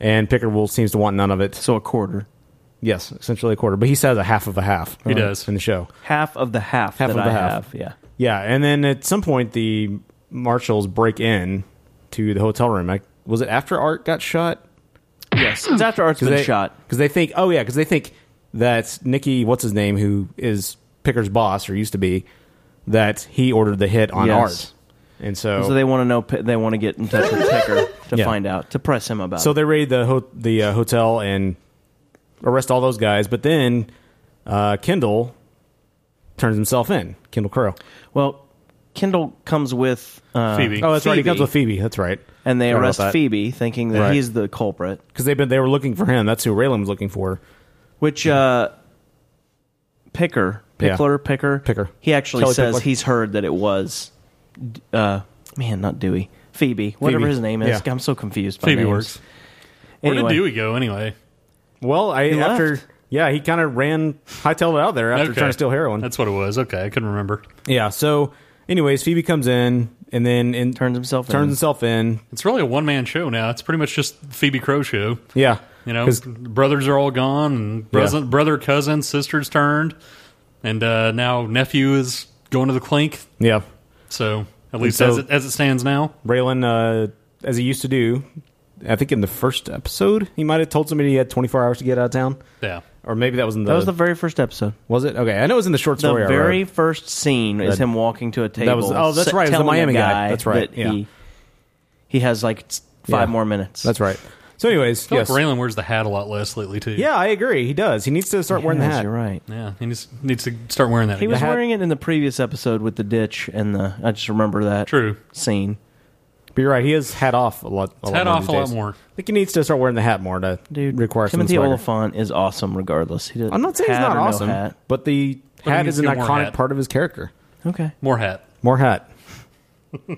Speaker 5: and Picker will seems to want none of it.
Speaker 3: So a quarter.
Speaker 5: Yes, essentially a quarter, but he says a half of a half.
Speaker 3: He does.
Speaker 5: in the show.
Speaker 3: half of the half.
Speaker 5: Half
Speaker 3: that
Speaker 5: of the
Speaker 3: I
Speaker 5: half.
Speaker 3: Have. Yeah.
Speaker 5: Yeah, and then at some point the marshals break in to the hotel room. I, was it after Art got shot?
Speaker 3: Yes, it's after Art's been shot.
Speaker 5: because they think. Oh yeah, because they think that Nikki, what's his name, who is Picker's boss, or used to be, that he ordered the hit on
Speaker 3: Yes.
Speaker 5: Art, and so
Speaker 3: So they want to know. They want to get in touch with Picker to
Speaker 5: Yeah.
Speaker 3: find out to press him about.
Speaker 5: So
Speaker 3: it.
Speaker 5: they raid the ho- the uh, hotel and arrest all those guys, but then uh, Kendall turns himself in. Kendall Crow.
Speaker 3: Well, Kendall comes with uh,
Speaker 5: Oh, that's right. He comes with Phoebe. That's right.
Speaker 3: and they arrest Phoebe, thinking that he's the culprit
Speaker 5: because they've been they were looking for him. That's who Raylan was looking for.
Speaker 3: Which uh, Picker,
Speaker 5: Yeah.
Speaker 3: Pickler, Picker,
Speaker 5: Picker.
Speaker 3: He actually
Speaker 5: Kelly
Speaker 3: says
Speaker 5: Pickler.
Speaker 3: he's heard that it was, uh, man, not Dewey, Phoebe, whatever
Speaker 4: Phoebe.
Speaker 3: his name is.
Speaker 4: Yeah.
Speaker 3: I'm so confused. By
Speaker 4: Phoebe
Speaker 3: names.
Speaker 4: works. Where did
Speaker 3: Anyway.
Speaker 4: Dewey go anyway?
Speaker 5: Well, I
Speaker 4: He
Speaker 5: after
Speaker 4: left.
Speaker 5: yeah, he kind of ran hightailed it out there after
Speaker 4: Okay.
Speaker 5: trying to steal heroin.
Speaker 4: That's what it was. Okay, I couldn't remember.
Speaker 5: Yeah. So, anyways, Phoebe comes in and then and turns
Speaker 3: himself
Speaker 5: turns
Speaker 4: in.
Speaker 5: himself in.
Speaker 4: It's really a one man show now. It's pretty much just Phoebe Crow show.
Speaker 5: Yeah,
Speaker 4: You know,
Speaker 5: 'Cause-
Speaker 4: brothers are all gone, and brother, brother, cousin, sisters turned, and uh, now nephew is going to the clink.
Speaker 5: Yeah.
Speaker 4: So at
Speaker 5: And
Speaker 4: least
Speaker 5: so-
Speaker 4: as it as it stands now,
Speaker 5: Raylan, uh, as he used to do, I think in the first episode, he might have told somebody he had 24 hours to get out of town.
Speaker 4: Yeah.
Speaker 5: Or maybe that was in the.
Speaker 3: That was the very first episode.
Speaker 5: Was it okay? I know it was in the short
Speaker 3: The
Speaker 5: story. I
Speaker 3: very
Speaker 5: wrote.
Speaker 3: first scene is
Speaker 5: That-
Speaker 3: him walking to a table.
Speaker 5: That was oh, that's
Speaker 3: s-
Speaker 5: right. It was the
Speaker 3: telling
Speaker 5: Miami guy.
Speaker 3: guy.
Speaker 5: That's right.
Speaker 3: that
Speaker 5: yeah.
Speaker 3: He, he has like s- five
Speaker 5: Yeah.
Speaker 3: more minutes.
Speaker 5: That's right. So, anyways,
Speaker 4: I feel
Speaker 5: yes.
Speaker 4: like Raylan wears the hat a lot less lately too.
Speaker 5: yeah, I agree. He does. He needs to start wearing the
Speaker 3: Yes,
Speaker 5: hat.
Speaker 3: you're right.
Speaker 4: yeah. He just needs to start wearing that.
Speaker 3: He
Speaker 4: again.
Speaker 3: was
Speaker 4: The hat-
Speaker 3: wearing it in the previous episode with the ditch and the. I just remember that
Speaker 4: true
Speaker 3: scene.
Speaker 5: But you're right. He has hat off a lot. A
Speaker 4: It's
Speaker 5: lot
Speaker 4: hat
Speaker 5: more
Speaker 4: off
Speaker 5: these
Speaker 4: a lot
Speaker 5: days.
Speaker 4: more.
Speaker 5: I think he needs to start wearing the hat more to
Speaker 3: Dude,
Speaker 5: require some
Speaker 3: Timothy
Speaker 5: swagger.
Speaker 3: Oliphant is awesome regardless. He does,
Speaker 5: I'm not saying he's
Speaker 3: hat
Speaker 5: not
Speaker 3: or no
Speaker 5: awesome,
Speaker 3: hat.
Speaker 5: but the
Speaker 3: But
Speaker 5: hat
Speaker 3: he needs
Speaker 5: is an
Speaker 3: to get more
Speaker 5: iconic
Speaker 3: hat.
Speaker 5: part of his character.
Speaker 3: Okay.
Speaker 4: more hat.
Speaker 5: More hat.
Speaker 3: You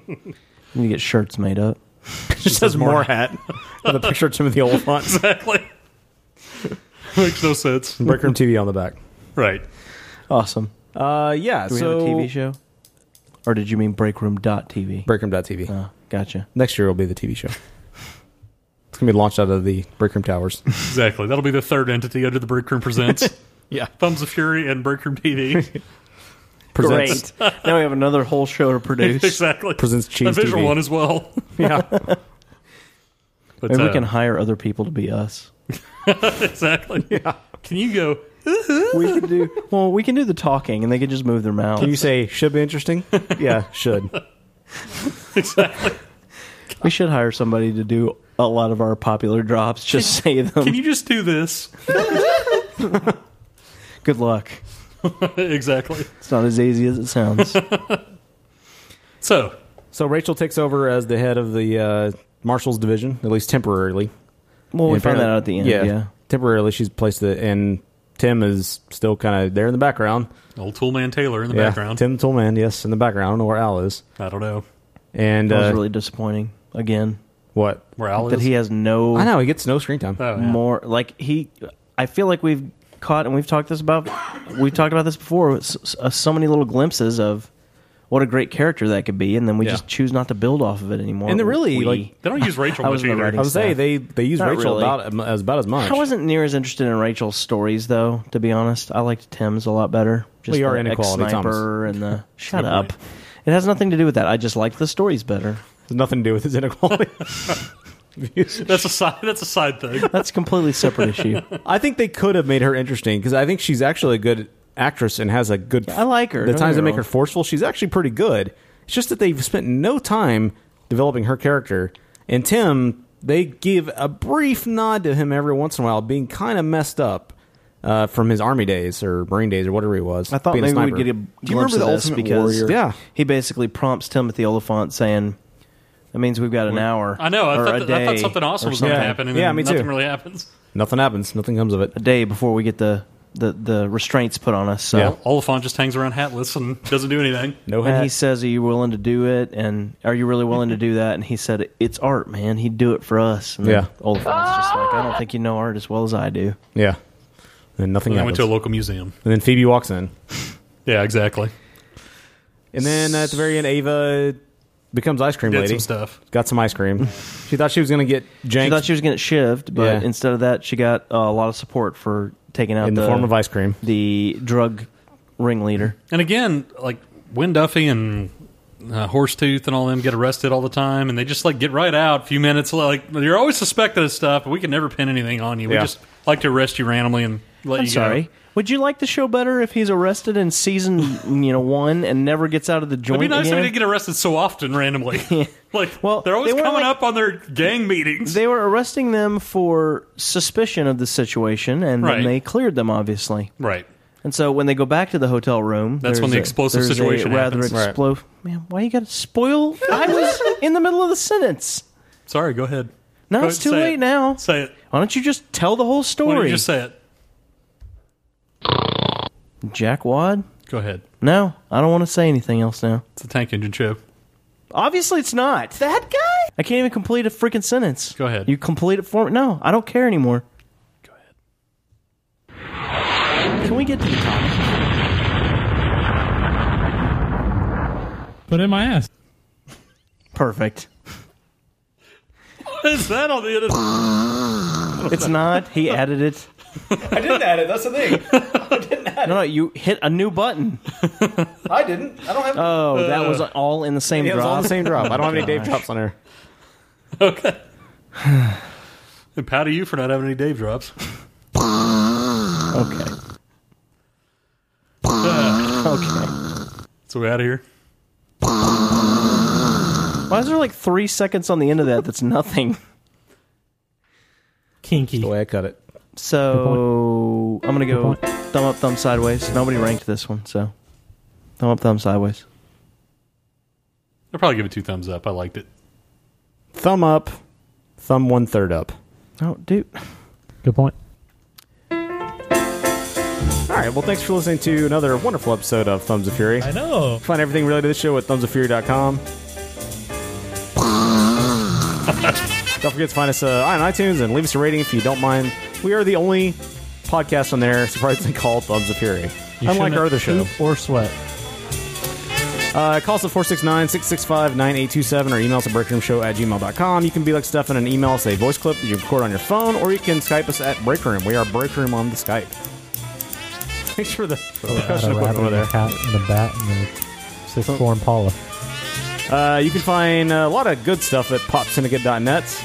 Speaker 3: need to get shirts made up.
Speaker 5: She says more hat. With a picture of Timothy Oliphant.
Speaker 4: exactly. Makes no sense.
Speaker 5: Breakroom TV on the back.
Speaker 4: Right.
Speaker 3: Awesome.
Speaker 5: Uh, yeah.
Speaker 3: Do we
Speaker 5: so
Speaker 3: have a TV show? Or did you mean breakroom.tv?
Speaker 5: Breakroom.tv.
Speaker 3: Oh, gotcha.
Speaker 5: Next year will be the TV show. It's gonna be launched out of the Breakroom Towers.
Speaker 4: Exactly. That'll be the third entity under the Break Room Presents.
Speaker 5: yeah.
Speaker 4: Thumbs of Fury and Break Room TV.
Speaker 5: Presents.
Speaker 3: Great. now we have another whole show to produce.
Speaker 4: exactly.
Speaker 5: Presents
Speaker 4: The
Speaker 5: Cheese
Speaker 4: visual
Speaker 5: TV.
Speaker 4: one as well.
Speaker 5: Yeah.
Speaker 4: But,
Speaker 3: Maybe
Speaker 4: uh,
Speaker 3: we can hire other people to be us.
Speaker 4: exactly. Yeah. Can you go?
Speaker 3: we can do well. We can do the talking, and they can just move their mouths.
Speaker 5: Can you say should be interesting? yeah, should.
Speaker 3: We should hire somebody to do a lot of our popular drops. Just say them.
Speaker 4: Can you just do this?
Speaker 3: Good luck.
Speaker 4: exactly.
Speaker 3: It's not as easy as it sounds.
Speaker 4: So,
Speaker 5: so Rachel takes over as the head of the uh, Marshals Division, at least temporarily.
Speaker 3: Well, we
Speaker 5: And
Speaker 3: found that
Speaker 5: apparently-
Speaker 3: out at the end, yeah.
Speaker 5: temporarily she's placed it, and Tim is still kind of there in the background.
Speaker 4: Old Toolman Taylor in the
Speaker 5: Yeah,
Speaker 4: background.
Speaker 5: Tim Toolman, yes, in the background. I don't know where Al is.
Speaker 4: I don't know.
Speaker 5: And
Speaker 3: that was
Speaker 5: uh,
Speaker 3: really disappointing. Again,
Speaker 5: what?
Speaker 4: Where Al
Speaker 3: that
Speaker 4: is?
Speaker 3: he has no.
Speaker 5: I know he gets no screen time.
Speaker 4: Oh, yeah.
Speaker 3: more like he. I feel like we've caught and we've talked this about. We've talked about this before. So, uh, so many little glimpses of what a great character that could be, and then we
Speaker 5: Yeah.
Speaker 3: just choose not to build off of it anymore.
Speaker 5: And they're really
Speaker 3: We-
Speaker 5: like
Speaker 4: They don't use Rachel
Speaker 3: I
Speaker 4: much
Speaker 3: was in the
Speaker 4: either.
Speaker 3: writing
Speaker 5: I would say
Speaker 3: staff.
Speaker 5: they they use
Speaker 3: Not
Speaker 5: Rachel
Speaker 3: really.
Speaker 5: about um, as about as much.
Speaker 3: I wasn't near as interested in Rachel's stories, though. To be honest, I liked Tim's a lot better.
Speaker 5: Well, you are
Speaker 3: the
Speaker 5: inequality,
Speaker 3: ex-sniper and the shut
Speaker 5: Good
Speaker 3: up. It has nothing to do with that. I just liked the stories better.
Speaker 5: Has nothing to do with his inequality.
Speaker 4: That's a side. That's a side thing.
Speaker 3: That's completely separate issue.
Speaker 5: I think they could have made her interesting because I think she's actually a good actress and has a good.
Speaker 3: I like her,
Speaker 5: The
Speaker 3: don't get
Speaker 5: times they
Speaker 3: me
Speaker 5: make
Speaker 3: wrong.
Speaker 5: her forceful, she's actually pretty good. It's just that they've spent no time developing her character. And Tim, they give a brief nod to him every once in a while, being kind of messed up uh, from his army days or marine days or whatever he was.
Speaker 3: I thought
Speaker 5: being
Speaker 3: maybe
Speaker 5: a
Speaker 3: we'd
Speaker 5: sniper.
Speaker 3: get a glimpse of this because
Speaker 5: Yeah,
Speaker 3: he basically prompts Timothy Oliphant saying, "That means we've got an hour."
Speaker 4: I know. I,
Speaker 3: or a
Speaker 4: thought, that, I thought
Speaker 3: day
Speaker 4: something awesome
Speaker 3: or
Speaker 4: was going to
Speaker 3: something."
Speaker 4: happen, and
Speaker 5: Yeah,
Speaker 4: then
Speaker 5: me too.
Speaker 4: nothing really happens.
Speaker 5: nothing happens. Nothing comes of it.
Speaker 3: A day before we get the the, the restraints put on us. So.
Speaker 4: Yeah. Oliphant just hangs around hatless and doesn't do anything.
Speaker 3: And he says, "Are you willing to do it?" And are you really willing to do that? And he said, "It's art, man. He'd do it for us." And then
Speaker 5: Yeah.
Speaker 3: Oliphant's just like, "I don't think you know art as well as I do."
Speaker 5: Yeah, and nothing.
Speaker 4: And I went
Speaker 5: happens.
Speaker 4: to a local museum.
Speaker 5: and then Phoebe walks in.
Speaker 4: Yeah, exactly.
Speaker 5: And then at the very end, Ava becomes ice cream
Speaker 4: Did
Speaker 5: lady.
Speaker 4: some stuff.
Speaker 5: Got some ice cream. she thought she was going to get
Speaker 3: She
Speaker 5: janked
Speaker 3: thought she was getting shivved, but
Speaker 5: Yeah.
Speaker 3: instead of that, she got uh, a lot of support for taking out
Speaker 5: in the, form of ice cream.
Speaker 3: the drug ringleader.
Speaker 4: And again, like Win Duffy and uh, Horsetooth and all them get arrested all the time, and they just like get right out. A few minutes, like you're always suspected of stuff, but we can never pin anything on you. We
Speaker 3: Yeah.
Speaker 4: just like to arrest you randomly and let
Speaker 3: I'm
Speaker 4: you
Speaker 3: sorry.
Speaker 4: go.
Speaker 3: Would you like the show better if he's arrested in season, you know, one and never gets out of the joint
Speaker 4: It'd be nice if
Speaker 3: again?
Speaker 4: they didn't get arrested so often randomly. like, well, they're always
Speaker 3: they weren't,
Speaker 4: coming up on their gang meetings.
Speaker 3: They were arresting them for suspicion of the situation, and
Speaker 4: Right.
Speaker 3: then they cleared them, obviously.
Speaker 4: Right.
Speaker 3: And so when they go back to the hotel room,
Speaker 4: That's
Speaker 3: there's
Speaker 4: when the
Speaker 3: a-
Speaker 4: explosive
Speaker 3: there's a
Speaker 4: situation
Speaker 3: rather
Speaker 4: happens. Right.
Speaker 3: explosive. Man, why you got to spoil? I was in the middle of the sentence.
Speaker 4: Sorry, go ahead.
Speaker 3: No,
Speaker 4: Go
Speaker 3: it's
Speaker 4: ahead,
Speaker 3: too
Speaker 4: say
Speaker 3: late
Speaker 4: it.
Speaker 3: now.
Speaker 4: Say it.
Speaker 3: Why don't you just tell the whole
Speaker 4: Why
Speaker 3: story?
Speaker 4: don't you just say it?
Speaker 3: Jack Wad?
Speaker 4: Go ahead.
Speaker 3: No, I don't want to say anything else now.
Speaker 4: It's a tank engine show.
Speaker 3: Obviously, it's not. That guy? I can't even complete a freaking sentence. Go
Speaker 4: ahead.
Speaker 3: You complete it for me? No, I don't care anymore. Go ahead. Can we get to the topic?
Speaker 18: Put in my ass.
Speaker 3: Perfect.
Speaker 4: What is that on the end?
Speaker 3: It's not. He added it.
Speaker 5: I didn't add it. That's the thing.
Speaker 3: No, no, you hit a new button.
Speaker 5: I didn't. I don't have.
Speaker 3: Oh, that was all in the same
Speaker 5: Yeah, it
Speaker 3: drop.
Speaker 5: was Uh, all in the same drop. I don't have any Dave
Speaker 3: Gosh.
Speaker 5: drops on there.
Speaker 4: Okay. and proud of you for not having any Dave drops.
Speaker 3: okay. okay.
Speaker 4: So we out of here.
Speaker 3: Why is there like three seconds on the end of that? That's nothing.
Speaker 18: Kinky.
Speaker 5: the way I cut it.
Speaker 3: So I'm gonna go thumb up, thumb sideways. Nobody ranked this one, so thumb up, thumb sideways.
Speaker 4: I'll probably give it two thumbs up. I liked it.
Speaker 5: Thumb up, thumb one third up.
Speaker 3: Oh, dude.
Speaker 18: Good point.
Speaker 5: All right. Well, thanks for listening to another wonderful episode of Thumbs of Fury.
Speaker 18: I know.
Speaker 5: Find everything related to the show at thumbsoffury.com. don't forget to find us uh, on iTunes and leave us a rating if you don't mind. We are the only podcast on there surprisingly called Thumbs of Fury.
Speaker 18: You
Speaker 5: Unlike our
Speaker 18: shouldn't
Speaker 5: other show.
Speaker 18: poop Or sweat.
Speaker 5: Uh, call us at 469 665 9827 or email us at breakroomshow at gmail.com. You can be like Stefan and email us a voice clip that you record on your phone, or you can Skype us at Breakroom. We are Breakroom on the Skype. Thanks for the
Speaker 18: Oh,
Speaker 5: percussion equipment over there.
Speaker 18: Cat and a bat and a six four Impala.
Speaker 5: Uh, you can find a lot of good stuff at popsyndicate.net.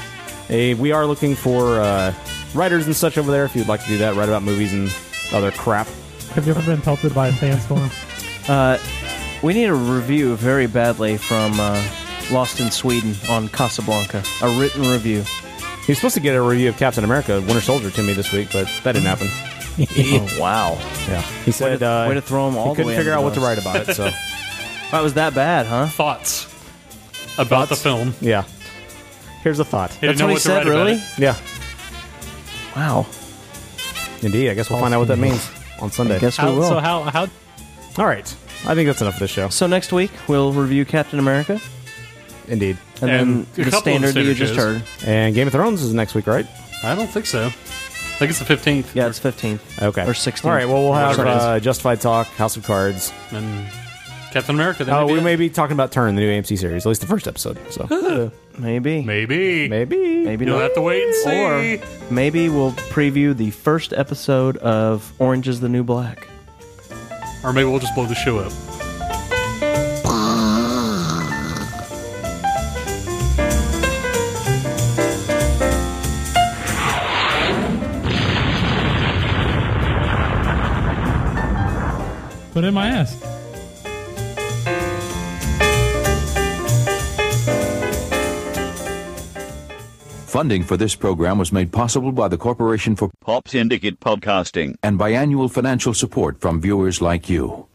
Speaker 5: A, Eh, we are looking for uh, writers and such over there if you'd like to do that, write about movies and other crap.
Speaker 18: Have you ever been pelted by a sandstorm?
Speaker 3: Uh, we need a review very badly from uh, Lost in Sweden on Casablanca. A written review.
Speaker 5: He was supposed to get a review of Captain America Winter Soldier to me this week, but that didn't happen.
Speaker 3: Oh, wow.
Speaker 5: Yeah. He said, uh,
Speaker 3: Way to throw him all
Speaker 5: he
Speaker 3: the
Speaker 5: couldn't
Speaker 3: way
Speaker 5: figure
Speaker 3: under
Speaker 5: out
Speaker 3: the
Speaker 5: what to
Speaker 3: bus.
Speaker 5: write about it, so.
Speaker 3: That was that bad, huh?
Speaker 4: Thoughts about the film.
Speaker 5: Yeah. Here's a thought.
Speaker 4: He didn't That's know what he what to said, write about really? it.
Speaker 5: Yeah.
Speaker 3: Wow.
Speaker 5: Indeed. I guess we'll find out what that means on Sunday.
Speaker 3: I guess we How- will. so
Speaker 18: how, how?
Speaker 5: All right. I think that's enough of this show.
Speaker 3: So next week we'll review Captain America.
Speaker 5: Indeed.
Speaker 3: And, then the standard that you just heard.
Speaker 5: And Game of Thrones is next week, right?
Speaker 4: I don't think so. I think it's the fifteenth.
Speaker 3: Yeah, it's fifteenth.
Speaker 5: Okay.
Speaker 3: Or 16th.
Speaker 5: All right. Well, we'll have
Speaker 4: Whatever it is.
Speaker 5: uh, Justified Talk, House of Cards.
Speaker 4: And Captain America. That
Speaker 5: Oh,
Speaker 4: may
Speaker 5: we
Speaker 4: be
Speaker 5: may be talking about Turn, the new AMC series, at least the first episode. So
Speaker 3: maybe,
Speaker 4: maybe,
Speaker 5: maybe,
Speaker 3: maybe
Speaker 4: You'll
Speaker 3: not.
Speaker 4: have to wait and see.
Speaker 3: Or maybe we'll preview the first episode of Orange Is the New Black.
Speaker 4: it. or maybe we'll just blow the show up.
Speaker 18: Put in my ass.
Speaker 19: Funding for this program was made possible by the Corporation for Pop Syndicate Podcasting and biannual financial support from viewers like you.